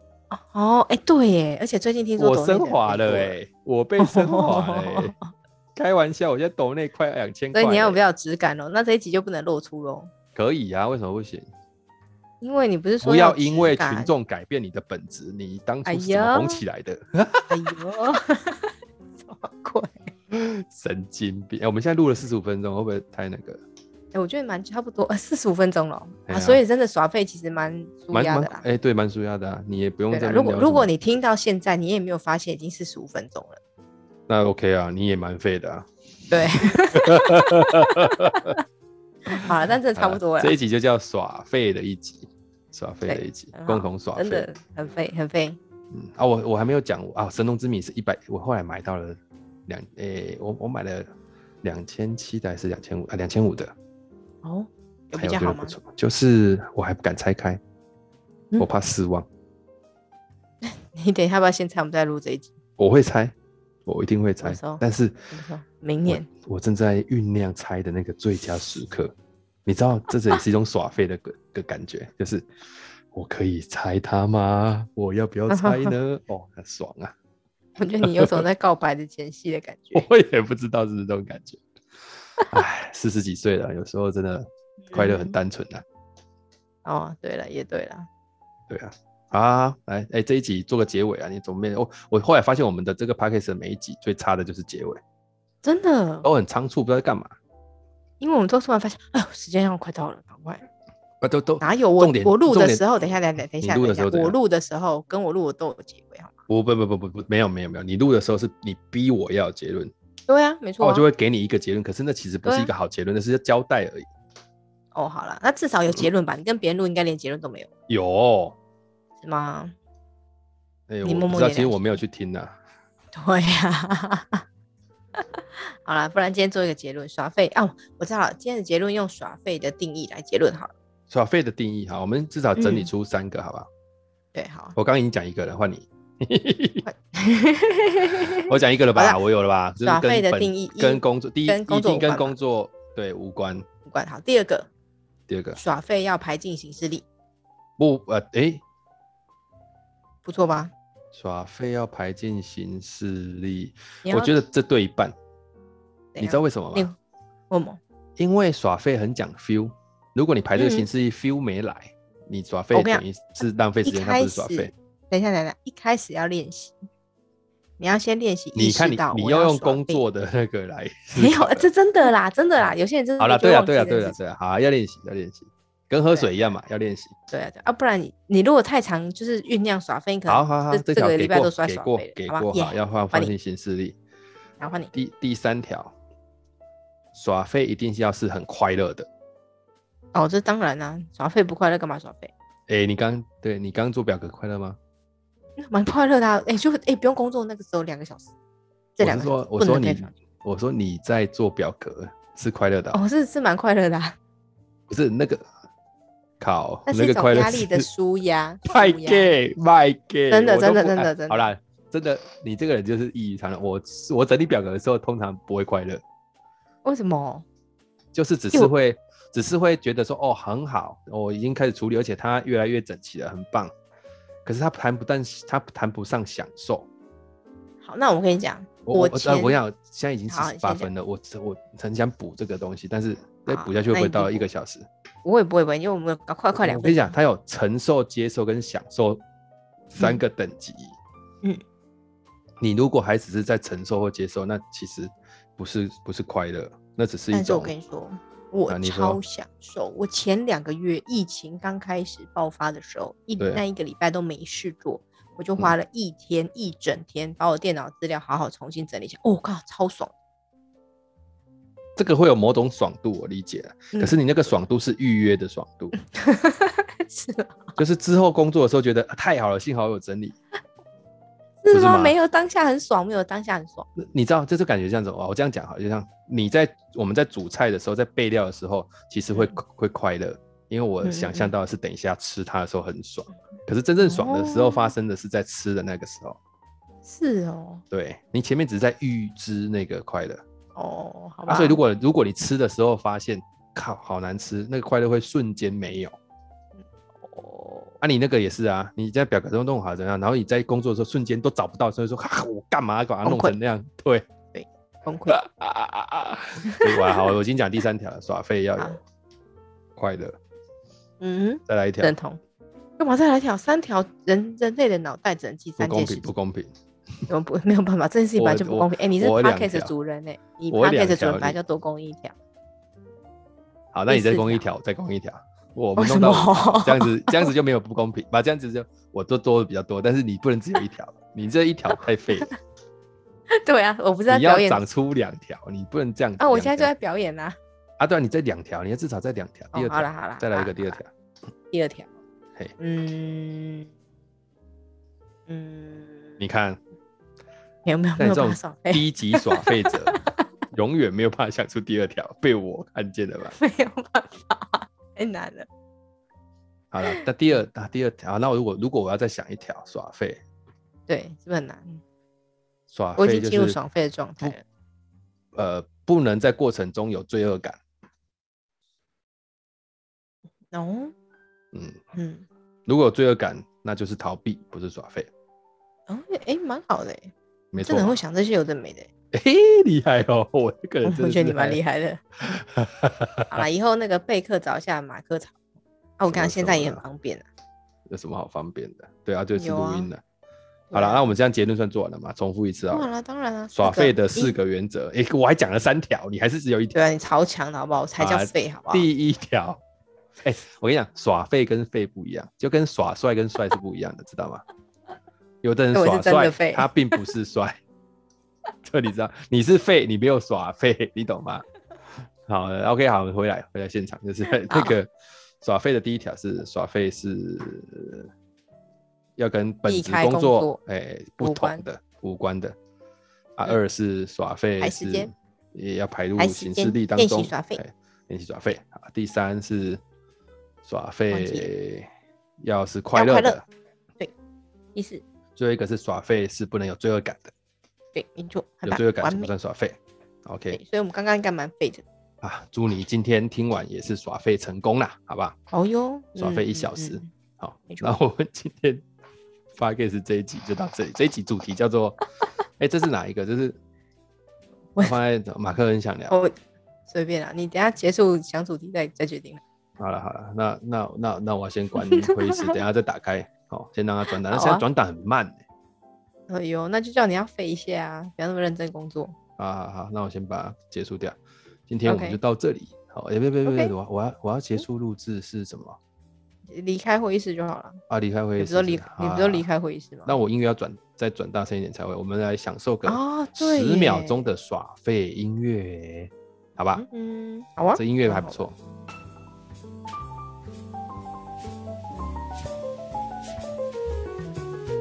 Speaker 2: 哦，哎、对耶，而且最近听说
Speaker 1: 我
Speaker 2: 抖内
Speaker 1: 升
Speaker 2: 的人
Speaker 1: 华
Speaker 2: 变
Speaker 1: 了
Speaker 2: 多，
Speaker 1: 哎、我被升华了、欸 开玩笑，我现在抖内快两千
Speaker 2: 所
Speaker 1: 块、
Speaker 2: 以你要比
Speaker 1: 欸，
Speaker 2: 较有质感哦。那这一集就不能露出喽，
Speaker 1: 可以啊？为什么不行？
Speaker 2: 因为你不是说
Speaker 1: 不要
Speaker 2: 质
Speaker 1: 因为群
Speaker 2: 感。
Speaker 1: 众改变你的本质，你当初
Speaker 2: 哎
Speaker 1: 是怎么
Speaker 2: 呀
Speaker 1: 红起来的？
Speaker 2: 哎呦， 什么鬼？
Speaker 1: 神经病！哎、我们现在录了四十五分钟，会不会太那个？
Speaker 2: 哎、我觉得蛮差不多，呃四十五分钟了、
Speaker 1: 哎
Speaker 2: 啊，
Speaker 1: 呀
Speaker 2: 所以真的耍废其实蛮舒
Speaker 1: 蛮
Speaker 2: 压
Speaker 1: 蛮
Speaker 2: 的啦。
Speaker 1: 哎、对，蛮舒压的啊。你也不用
Speaker 2: 对
Speaker 1: 这
Speaker 2: 啦，
Speaker 1: 么
Speaker 2: 如果
Speaker 1: 聊什
Speaker 2: 如果
Speaker 1: 么
Speaker 2: 你听到现在，你也没有发现已经四十五分钟了，
Speaker 1: 那 OK 啊，你也蛮废的啊。
Speaker 2: 对。 好了，但真的差不多
Speaker 1: 啊
Speaker 2: 了
Speaker 1: 这，一集就叫耍废的一集，耍废的
Speaker 2: 对
Speaker 1: 一集
Speaker 2: 很，好
Speaker 1: 共同耍
Speaker 2: 真
Speaker 1: 废
Speaker 2: 的。很废很废。
Speaker 1: 嗯啊，我我还没有讲啊，《神农之谜》是一百，我后来买到了两诶、我我买了两千七的还是两千五啊两千五的，
Speaker 2: 哦，有
Speaker 1: 还
Speaker 2: 比
Speaker 1: 有
Speaker 2: 较
Speaker 1: 哎觉得
Speaker 2: 好
Speaker 1: 不
Speaker 2: 吗？
Speaker 1: 错，就是我还不敢拆开，
Speaker 2: 嗯
Speaker 1: 我怕失望，
Speaker 2: 你等一下要不要先猜？我们再录这一集。
Speaker 1: 我会拆，我一定会拆
Speaker 2: 我说，
Speaker 1: 但是
Speaker 2: 你说明
Speaker 1: 我
Speaker 2: 年
Speaker 1: 我正在酝酿拆的那个最佳时刻，你知道，这也是一种耍废 的个个感觉，就是我可以拆它吗？我要不要拆 呢？哦，很爽啊！
Speaker 2: 我觉得你有种在告白的前戏的感 觉。
Speaker 1: 我也不知道是不是这种感觉。唉，四十几岁了，有时候真的
Speaker 2: 嗯
Speaker 1: 快乐很单纯啊。
Speaker 2: 哦，对了，也对了，
Speaker 1: 对啊，好啊，来，哎、这一集做个结尾啊！你总没哦，我后来发现我们的这个 p a c k a g e 每一集最差的就是结尾，
Speaker 2: 真的，
Speaker 1: 都很仓促，不知道在干嘛。
Speaker 2: 因为我们都突然发现，哎呦，时间要快到了，赶快。
Speaker 1: 啊，都都
Speaker 2: 哪有我
Speaker 1: 重点
Speaker 2: 我录
Speaker 1: 重
Speaker 2: 的
Speaker 1: 点
Speaker 2: 时候，等一下，等一下，等一
Speaker 1: 你
Speaker 2: 下，
Speaker 1: 录的
Speaker 2: 等一
Speaker 1: 时
Speaker 2: 下
Speaker 1: 候，怎
Speaker 2: 我
Speaker 1: 样
Speaker 2: 录的时候跟我录我都有结尾，好吗？
Speaker 1: 不不不不不不，没有没有没有，你录的时候是你逼我要有结论，
Speaker 2: 对啊，没
Speaker 1: 那
Speaker 2: 错、
Speaker 1: 我
Speaker 2: 啊
Speaker 1: 哦就。会给你一个结论，可是那其实不是一个好结论，那是交代而已。
Speaker 2: 哦，好了，那至少有结论吧？你跟别人录应该连结论都没有，
Speaker 1: 有，
Speaker 2: 是吗？
Speaker 1: 哎、
Speaker 2: 你
Speaker 1: 我
Speaker 2: 默
Speaker 1: 不
Speaker 2: 默
Speaker 1: 知道，
Speaker 2: 也
Speaker 1: 其实
Speaker 2: 了
Speaker 1: 我没有去听呐、啊。
Speaker 2: 对呀、 好啦，不然今天做一个结论，耍废哦，我知道了，今天的结论用耍废的定义来结论好了。
Speaker 1: 耍废啊的定义哈，我们至少整理
Speaker 2: 嗯
Speaker 1: 出三个，好不好？
Speaker 2: 对，好，
Speaker 1: 我刚刚已经讲一个了，换 你，
Speaker 2: 好
Speaker 1: 我讲一个了吧？
Speaker 2: 好
Speaker 1: 我有了吧？就是
Speaker 2: 耍
Speaker 1: 跟
Speaker 2: 废的
Speaker 1: 本
Speaker 2: 定义一
Speaker 1: 跟工作，第一
Speaker 2: 跟工
Speaker 1: 一
Speaker 2: 作
Speaker 1: 定
Speaker 2: 无
Speaker 1: 跟
Speaker 2: 关吧
Speaker 1: 工作对无关。
Speaker 2: 管好。第二个，
Speaker 1: 第二个
Speaker 2: 耍废要排进行事历，
Speaker 1: 不呃诶，
Speaker 2: 不错吧？
Speaker 1: 耍废要排进行事历，
Speaker 2: 你
Speaker 1: 我
Speaker 2: 要
Speaker 1: 觉得这对一半，
Speaker 2: 怎
Speaker 1: 你
Speaker 2: 样
Speaker 1: 知道为什么
Speaker 2: 另
Speaker 1: 吗？
Speaker 2: 问我
Speaker 1: 因为耍废很讲 feel，如果你排这个
Speaker 2: 嗯
Speaker 1: 行事历 feel 没来，你耍废
Speaker 2: 我跟你
Speaker 1: 等于是浪费时
Speaker 2: 一
Speaker 1: 间，它
Speaker 2: 开
Speaker 1: 不
Speaker 2: 始
Speaker 1: 是耍废。
Speaker 2: 等一下，等一下，一开始要练习，你要先练习意
Speaker 1: 你看
Speaker 2: 识
Speaker 1: 你
Speaker 2: 到
Speaker 1: 你
Speaker 2: 我
Speaker 1: 要
Speaker 2: 要
Speaker 1: 用
Speaker 2: 耍
Speaker 1: 工
Speaker 2: 废
Speaker 1: 作的那个 来思
Speaker 2: 没
Speaker 1: 考
Speaker 2: 有，
Speaker 1: 的
Speaker 2: 这真的啦，真的啦，有些人真的
Speaker 1: 好了，
Speaker 2: 就会
Speaker 1: 对啊，
Speaker 2: 忘记
Speaker 1: 对啊，
Speaker 2: 这
Speaker 1: 对
Speaker 2: 件
Speaker 1: 啊，
Speaker 2: 事
Speaker 1: 对啊，好啊，要练习，要练习，跟喝
Speaker 2: 对啊
Speaker 1: 水一样嘛，要练习。
Speaker 2: 对啊，对啊，不然你你如果太长，就是酝酿耍废，你可能
Speaker 1: 好好好，
Speaker 2: 这
Speaker 1: 这条
Speaker 2: 个
Speaker 1: 给
Speaker 2: 礼拜
Speaker 1: 过
Speaker 2: 都，刷
Speaker 1: 给
Speaker 2: 耍
Speaker 1: 过
Speaker 2: 废，
Speaker 1: 给
Speaker 2: 了，好
Speaker 1: 过，
Speaker 2: 吧？
Speaker 1: 好，
Speaker 2: 耶，
Speaker 1: 要放
Speaker 2: 换
Speaker 1: 放
Speaker 2: 你
Speaker 1: 进行事历。
Speaker 2: 然后换你，
Speaker 1: 第第三条，耍废一定是要是很快乐的。
Speaker 2: 哦，这当然啦、耍废不快乐干嘛耍废？
Speaker 1: 哎，你刚对你刚做表格快乐吗？
Speaker 2: 嗯蛮快乐的、啊，哎、就哎、不用工作，那个时候两个小时，这
Speaker 1: 我
Speaker 2: 两
Speaker 1: 是
Speaker 2: 个小时
Speaker 1: 说，我
Speaker 2: 不
Speaker 1: 说
Speaker 2: 能
Speaker 1: 你
Speaker 2: 再耍，
Speaker 1: 我说你在做表格是快乐的哦，
Speaker 2: 哦，是是蛮快乐的、啊，
Speaker 1: 不是那个考
Speaker 2: 那是
Speaker 1: 那
Speaker 2: 一
Speaker 1: 个快乐
Speaker 2: 种压力 的
Speaker 1: 是
Speaker 2: 舒压，
Speaker 1: 卖
Speaker 2: 舒压
Speaker 1: 给卖给，
Speaker 2: 真的
Speaker 1: 我都
Speaker 2: 真的
Speaker 1: 不
Speaker 2: 真的
Speaker 1: 哎
Speaker 2: 真的
Speaker 1: 好啦，真的，你这个人就是异于常人。我我整理表格的时候，通常不会快乐，
Speaker 2: 为什么？
Speaker 1: 就是只
Speaker 2: 因为
Speaker 1: 是
Speaker 2: 我
Speaker 1: 会，只是会觉得说，哦，很好，我已经开始处理，而且它越来越整齐了，很棒。可是它谈不但它谈不上享受。
Speaker 2: 好，那我跟你讲，
Speaker 1: 我我
Speaker 2: 前
Speaker 1: 我我想现在已经
Speaker 2: 好
Speaker 1: 四十
Speaker 2: 你
Speaker 1: 八
Speaker 2: 先
Speaker 1: 分了，我我很想补这个东西，但是再
Speaker 2: 好
Speaker 1: 补下去会不
Speaker 2: 那
Speaker 1: 会
Speaker 2: 你就
Speaker 1: 到一
Speaker 2: 补
Speaker 1: 个小时？
Speaker 2: 不会不会不会，因为我们快啊快两
Speaker 1: 我跟
Speaker 2: 分
Speaker 1: 你
Speaker 2: 钟
Speaker 1: 讲，，它有承受、接受跟享受三
Speaker 2: 嗯
Speaker 1: 个等级。
Speaker 2: 嗯，
Speaker 1: 你如果还只是在承受或接受，那其实不是不是快乐，那只是一
Speaker 2: 但是我
Speaker 1: 种。
Speaker 2: 跟你说，我
Speaker 1: 啊你说
Speaker 2: 超享受。我前两个月疫情刚开始爆发的时候，一
Speaker 1: 对嗯
Speaker 2: 那一个礼拜都没事做，我就花了一天、一整天把我电脑资料好好重新整理一下。哦，靠，超爽！
Speaker 1: 这个会有某种爽度，我理解了。
Speaker 2: 嗯
Speaker 1: 可是你那个爽度是预约的爽度，
Speaker 2: 是啊
Speaker 1: 就是之后工作的时候觉得、啊太好了，幸好有整理。不
Speaker 2: 是
Speaker 1: 是
Speaker 2: 吗？
Speaker 1: 吗
Speaker 2: 没有当下很爽，没有当下很爽。
Speaker 1: 那你知道，这就感觉像什么？我这样讲好，就像你在我们在煮菜的时候，在备料的时候，其实会、
Speaker 2: 嗯
Speaker 1: 会快乐，因为我
Speaker 2: 嗯嗯
Speaker 1: 想
Speaker 2: 嗯
Speaker 1: 象到的是等一下吃它的时候很爽，可是真正爽的时候
Speaker 2: 哦
Speaker 1: 发生的是在吃的那个时候。
Speaker 2: 是哦，
Speaker 1: 对你前面只是在预知那个快乐，
Speaker 2: 哦，好吧。
Speaker 1: 啊、所以如
Speaker 2: 果
Speaker 1: 果如果你吃的时候发现靠好难吃，那个快乐会瞬间没有。啊，你那个也是啊，你在表格中弄好怎样，然后你在工作的时候瞬间都找不到，所以说、啊、我干嘛把它弄
Speaker 2: 崩溃
Speaker 1: 成那样？对。
Speaker 2: 崩溃，
Speaker 1: 啊啊啊啊！ 所以我好，我已经讲第三条了，耍废要
Speaker 2: 好
Speaker 1: 有快乐。
Speaker 2: 嗯，
Speaker 1: 再来一条，
Speaker 2: 认同。干嘛再来一条？三条人人类的脑袋只能记
Speaker 1: 不
Speaker 2: 三
Speaker 1: 公
Speaker 2: 件事
Speaker 1: 平，不
Speaker 2: 情，
Speaker 1: 公平。
Speaker 2: 我们不没 有办法，这件事情本来就不
Speaker 1: 我
Speaker 2: 公平。哎、你是
Speaker 1: 我有
Speaker 2: p
Speaker 1: 两
Speaker 2: o d c a s
Speaker 1: 条
Speaker 2: 的主人呢、你 p
Speaker 1: 我
Speaker 2: o
Speaker 1: 有
Speaker 2: d c a
Speaker 1: 两
Speaker 2: s 的主
Speaker 1: 条
Speaker 2: 人本来
Speaker 1: 你
Speaker 2: 就多供一条。
Speaker 1: 好，那你
Speaker 2: 第
Speaker 1: 再
Speaker 2: 四
Speaker 1: 攻一
Speaker 2: 条
Speaker 1: 条，再攻一条。我
Speaker 2: 为
Speaker 1: 们
Speaker 2: 哦什
Speaker 1: 弄到五条
Speaker 2: 么
Speaker 1: 这样子，这样子就没有不公平吧？这样子就我多多的比较多，但是你不能只有一条，你这一条太废 了，
Speaker 2: 对啊，我不是在
Speaker 1: 你要
Speaker 2: 表演
Speaker 1: 长出两条，你不能这样。
Speaker 2: 啊，我现在就在
Speaker 1: 两条
Speaker 2: 表演啦、
Speaker 1: 啊，对啊，你这两条，你要至少再两条，第
Speaker 2: 哦，
Speaker 1: 二
Speaker 2: 好了
Speaker 1: 条，
Speaker 2: 好了，
Speaker 1: 再来一
Speaker 2: 好
Speaker 1: 个
Speaker 2: 啦
Speaker 1: 第二，
Speaker 2: 好
Speaker 1: 条
Speaker 2: 啦。第二条
Speaker 1: 嘿。
Speaker 2: 嗯嗯，
Speaker 1: 你看，
Speaker 2: 嗯没有没有没
Speaker 1: 但
Speaker 2: 有
Speaker 1: 这
Speaker 2: 办
Speaker 1: 种
Speaker 2: 法少费，
Speaker 1: 低级耍废者， 永远没有办法想出第二条，被我看见了吧？
Speaker 2: 没有 办法，太难了。
Speaker 1: 好了，那第二那第二条，那我如果如果我要再想一条耍废，
Speaker 2: 对，是不是很难？
Speaker 1: 耍
Speaker 2: 我已
Speaker 1: 废
Speaker 2: 经进
Speaker 1: 就
Speaker 2: 入
Speaker 1: 是
Speaker 2: 爽废的状态了。
Speaker 1: 呃不能在过程中有罪恶感，
Speaker 2: 哦，
Speaker 1: 嗯，
Speaker 2: 嗯，
Speaker 1: 如果有罪恶感，那就是逃避，不是耍废，
Speaker 2: 哦，哎，蛮好的欸，
Speaker 1: 没错
Speaker 2: 真的很
Speaker 1: 嘛
Speaker 2: 会。想这些有的没的欸。
Speaker 1: 嘿，厉害哦！ 我这个人真
Speaker 2: 我
Speaker 1: 的
Speaker 2: 觉得
Speaker 1: 是
Speaker 2: 你蛮
Speaker 1: 还
Speaker 2: 厉 害的。
Speaker 1: 有
Speaker 2: 好啦，以后那个备课找一下马克草。啊，
Speaker 1: 什
Speaker 2: 我
Speaker 1: 么
Speaker 2: 看现在也
Speaker 1: 什么
Speaker 2: 很方便啊。
Speaker 1: 什么好方便的？对啊，就是
Speaker 2: 有
Speaker 1: 录
Speaker 2: 啊
Speaker 1: 音的。好了，
Speaker 2: 对啊
Speaker 1: 那我们这样结论算做完了嘛？重复一次啊
Speaker 2: 当。然了，当然了，
Speaker 1: 耍废的
Speaker 2: 四
Speaker 1: 四
Speaker 2: 个。
Speaker 1: 个原则，诶，我还讲了三条，你还是只有一条
Speaker 2: 对。啊，你超强的好不好？我才叫
Speaker 1: 啊
Speaker 2: 废好不好？
Speaker 1: 第一条，哎、我跟你讲，耍废跟废不一样，就跟耍帅跟帅是不一样的，知道吗？有的人
Speaker 2: 哎对我
Speaker 1: 耍
Speaker 2: 是真的
Speaker 1: 帅，
Speaker 2: 废
Speaker 1: 他并不是帅， 这你知道，你是废，你没有耍废， 你懂吗？好呃，OK，好，我们回来回来现场，就是 那个耍废的第一条是耍废是要跟本
Speaker 2: 避
Speaker 1: 职
Speaker 2: 开
Speaker 1: 工
Speaker 2: 工
Speaker 1: 作
Speaker 2: 作
Speaker 1: 哎、不
Speaker 2: 无
Speaker 1: 同
Speaker 2: 关
Speaker 1: 的无关的啊，
Speaker 2: 嗯
Speaker 1: 二是耍废
Speaker 2: 排时
Speaker 1: 是
Speaker 2: 间
Speaker 1: 也要排入
Speaker 2: 排时
Speaker 1: 行
Speaker 2: 间
Speaker 1: 事历当
Speaker 2: 练习
Speaker 1: 中，
Speaker 2: 耍废
Speaker 1: 哎练习耍废啊。第三是耍
Speaker 2: 忘记
Speaker 1: 废要是快乐
Speaker 2: 快
Speaker 1: 的
Speaker 2: 乐，第四，
Speaker 1: 最后一个是耍废是不能有罪恶感的，
Speaker 2: 对，没错，很
Speaker 1: 有
Speaker 2: 棒
Speaker 1: 罪恶，感
Speaker 2: 完
Speaker 1: 就不
Speaker 2: 美。
Speaker 1: 算耍废。
Speaker 2: 对
Speaker 1: OK，
Speaker 2: 所以我们刚刚应该蛮废的。
Speaker 1: 啊，祝你今天听完也是耍废成功啦，好不好？
Speaker 2: 哦哟，
Speaker 1: 耍废一
Speaker 2: 嗯
Speaker 1: 小时，
Speaker 2: 嗯
Speaker 1: 好
Speaker 2: 没，错
Speaker 1: 那我们今天 p o d c a s 这一集就到这里，这一集主题叫 做，哎，这是哪一个？这是我
Speaker 2: 我
Speaker 1: 放在马克很想聊
Speaker 2: 嗯。哦，随便啦，你等一下结束想主题再再决定。
Speaker 1: 好了好了，那那那那我先 关会议室，等一下再打开，好、先让它转档。那
Speaker 2: 好啊
Speaker 1: 现在转档很慢、欸
Speaker 2: 哦哟，那就叫你要废一下啊，不要那么认真工作。
Speaker 1: 好好啊好，那我先把它结束掉。今天我们
Speaker 2: OK
Speaker 1: 就到这里。好，哎、别别别别，
Speaker 2: OK
Speaker 1: 我我要我要结束录制是什么？
Speaker 2: 离开会议室就好了，
Speaker 1: 啊，离开会
Speaker 2: 你
Speaker 1: 议室
Speaker 2: 不是说
Speaker 1: 是。
Speaker 2: 离，你不是
Speaker 1: 好
Speaker 2: 说离？开会议室吗
Speaker 1: 好好？那我音乐要转再转大声一点才会。我们来享受个
Speaker 2: 哦，对，
Speaker 1: 十秒钟。的耍废音乐，好吧？
Speaker 2: 嗯嗯，好啊，
Speaker 1: 这音乐
Speaker 2: 蛮
Speaker 1: 还
Speaker 2: 好
Speaker 1: 不错。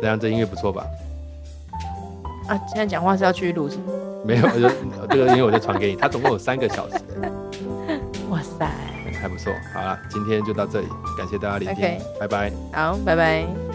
Speaker 1: 怎样？这音乐不错吧？
Speaker 2: 的啊。现在讲话是要去录什么？
Speaker 1: 没有，我就这个音乐我就传给你，它总共有三个小时，
Speaker 2: 哇塞，
Speaker 1: 嗯还不错。好了，今天就到这里，感谢大家聆听
Speaker 2: OK
Speaker 1: 拜拜。
Speaker 2: 好，拜拜。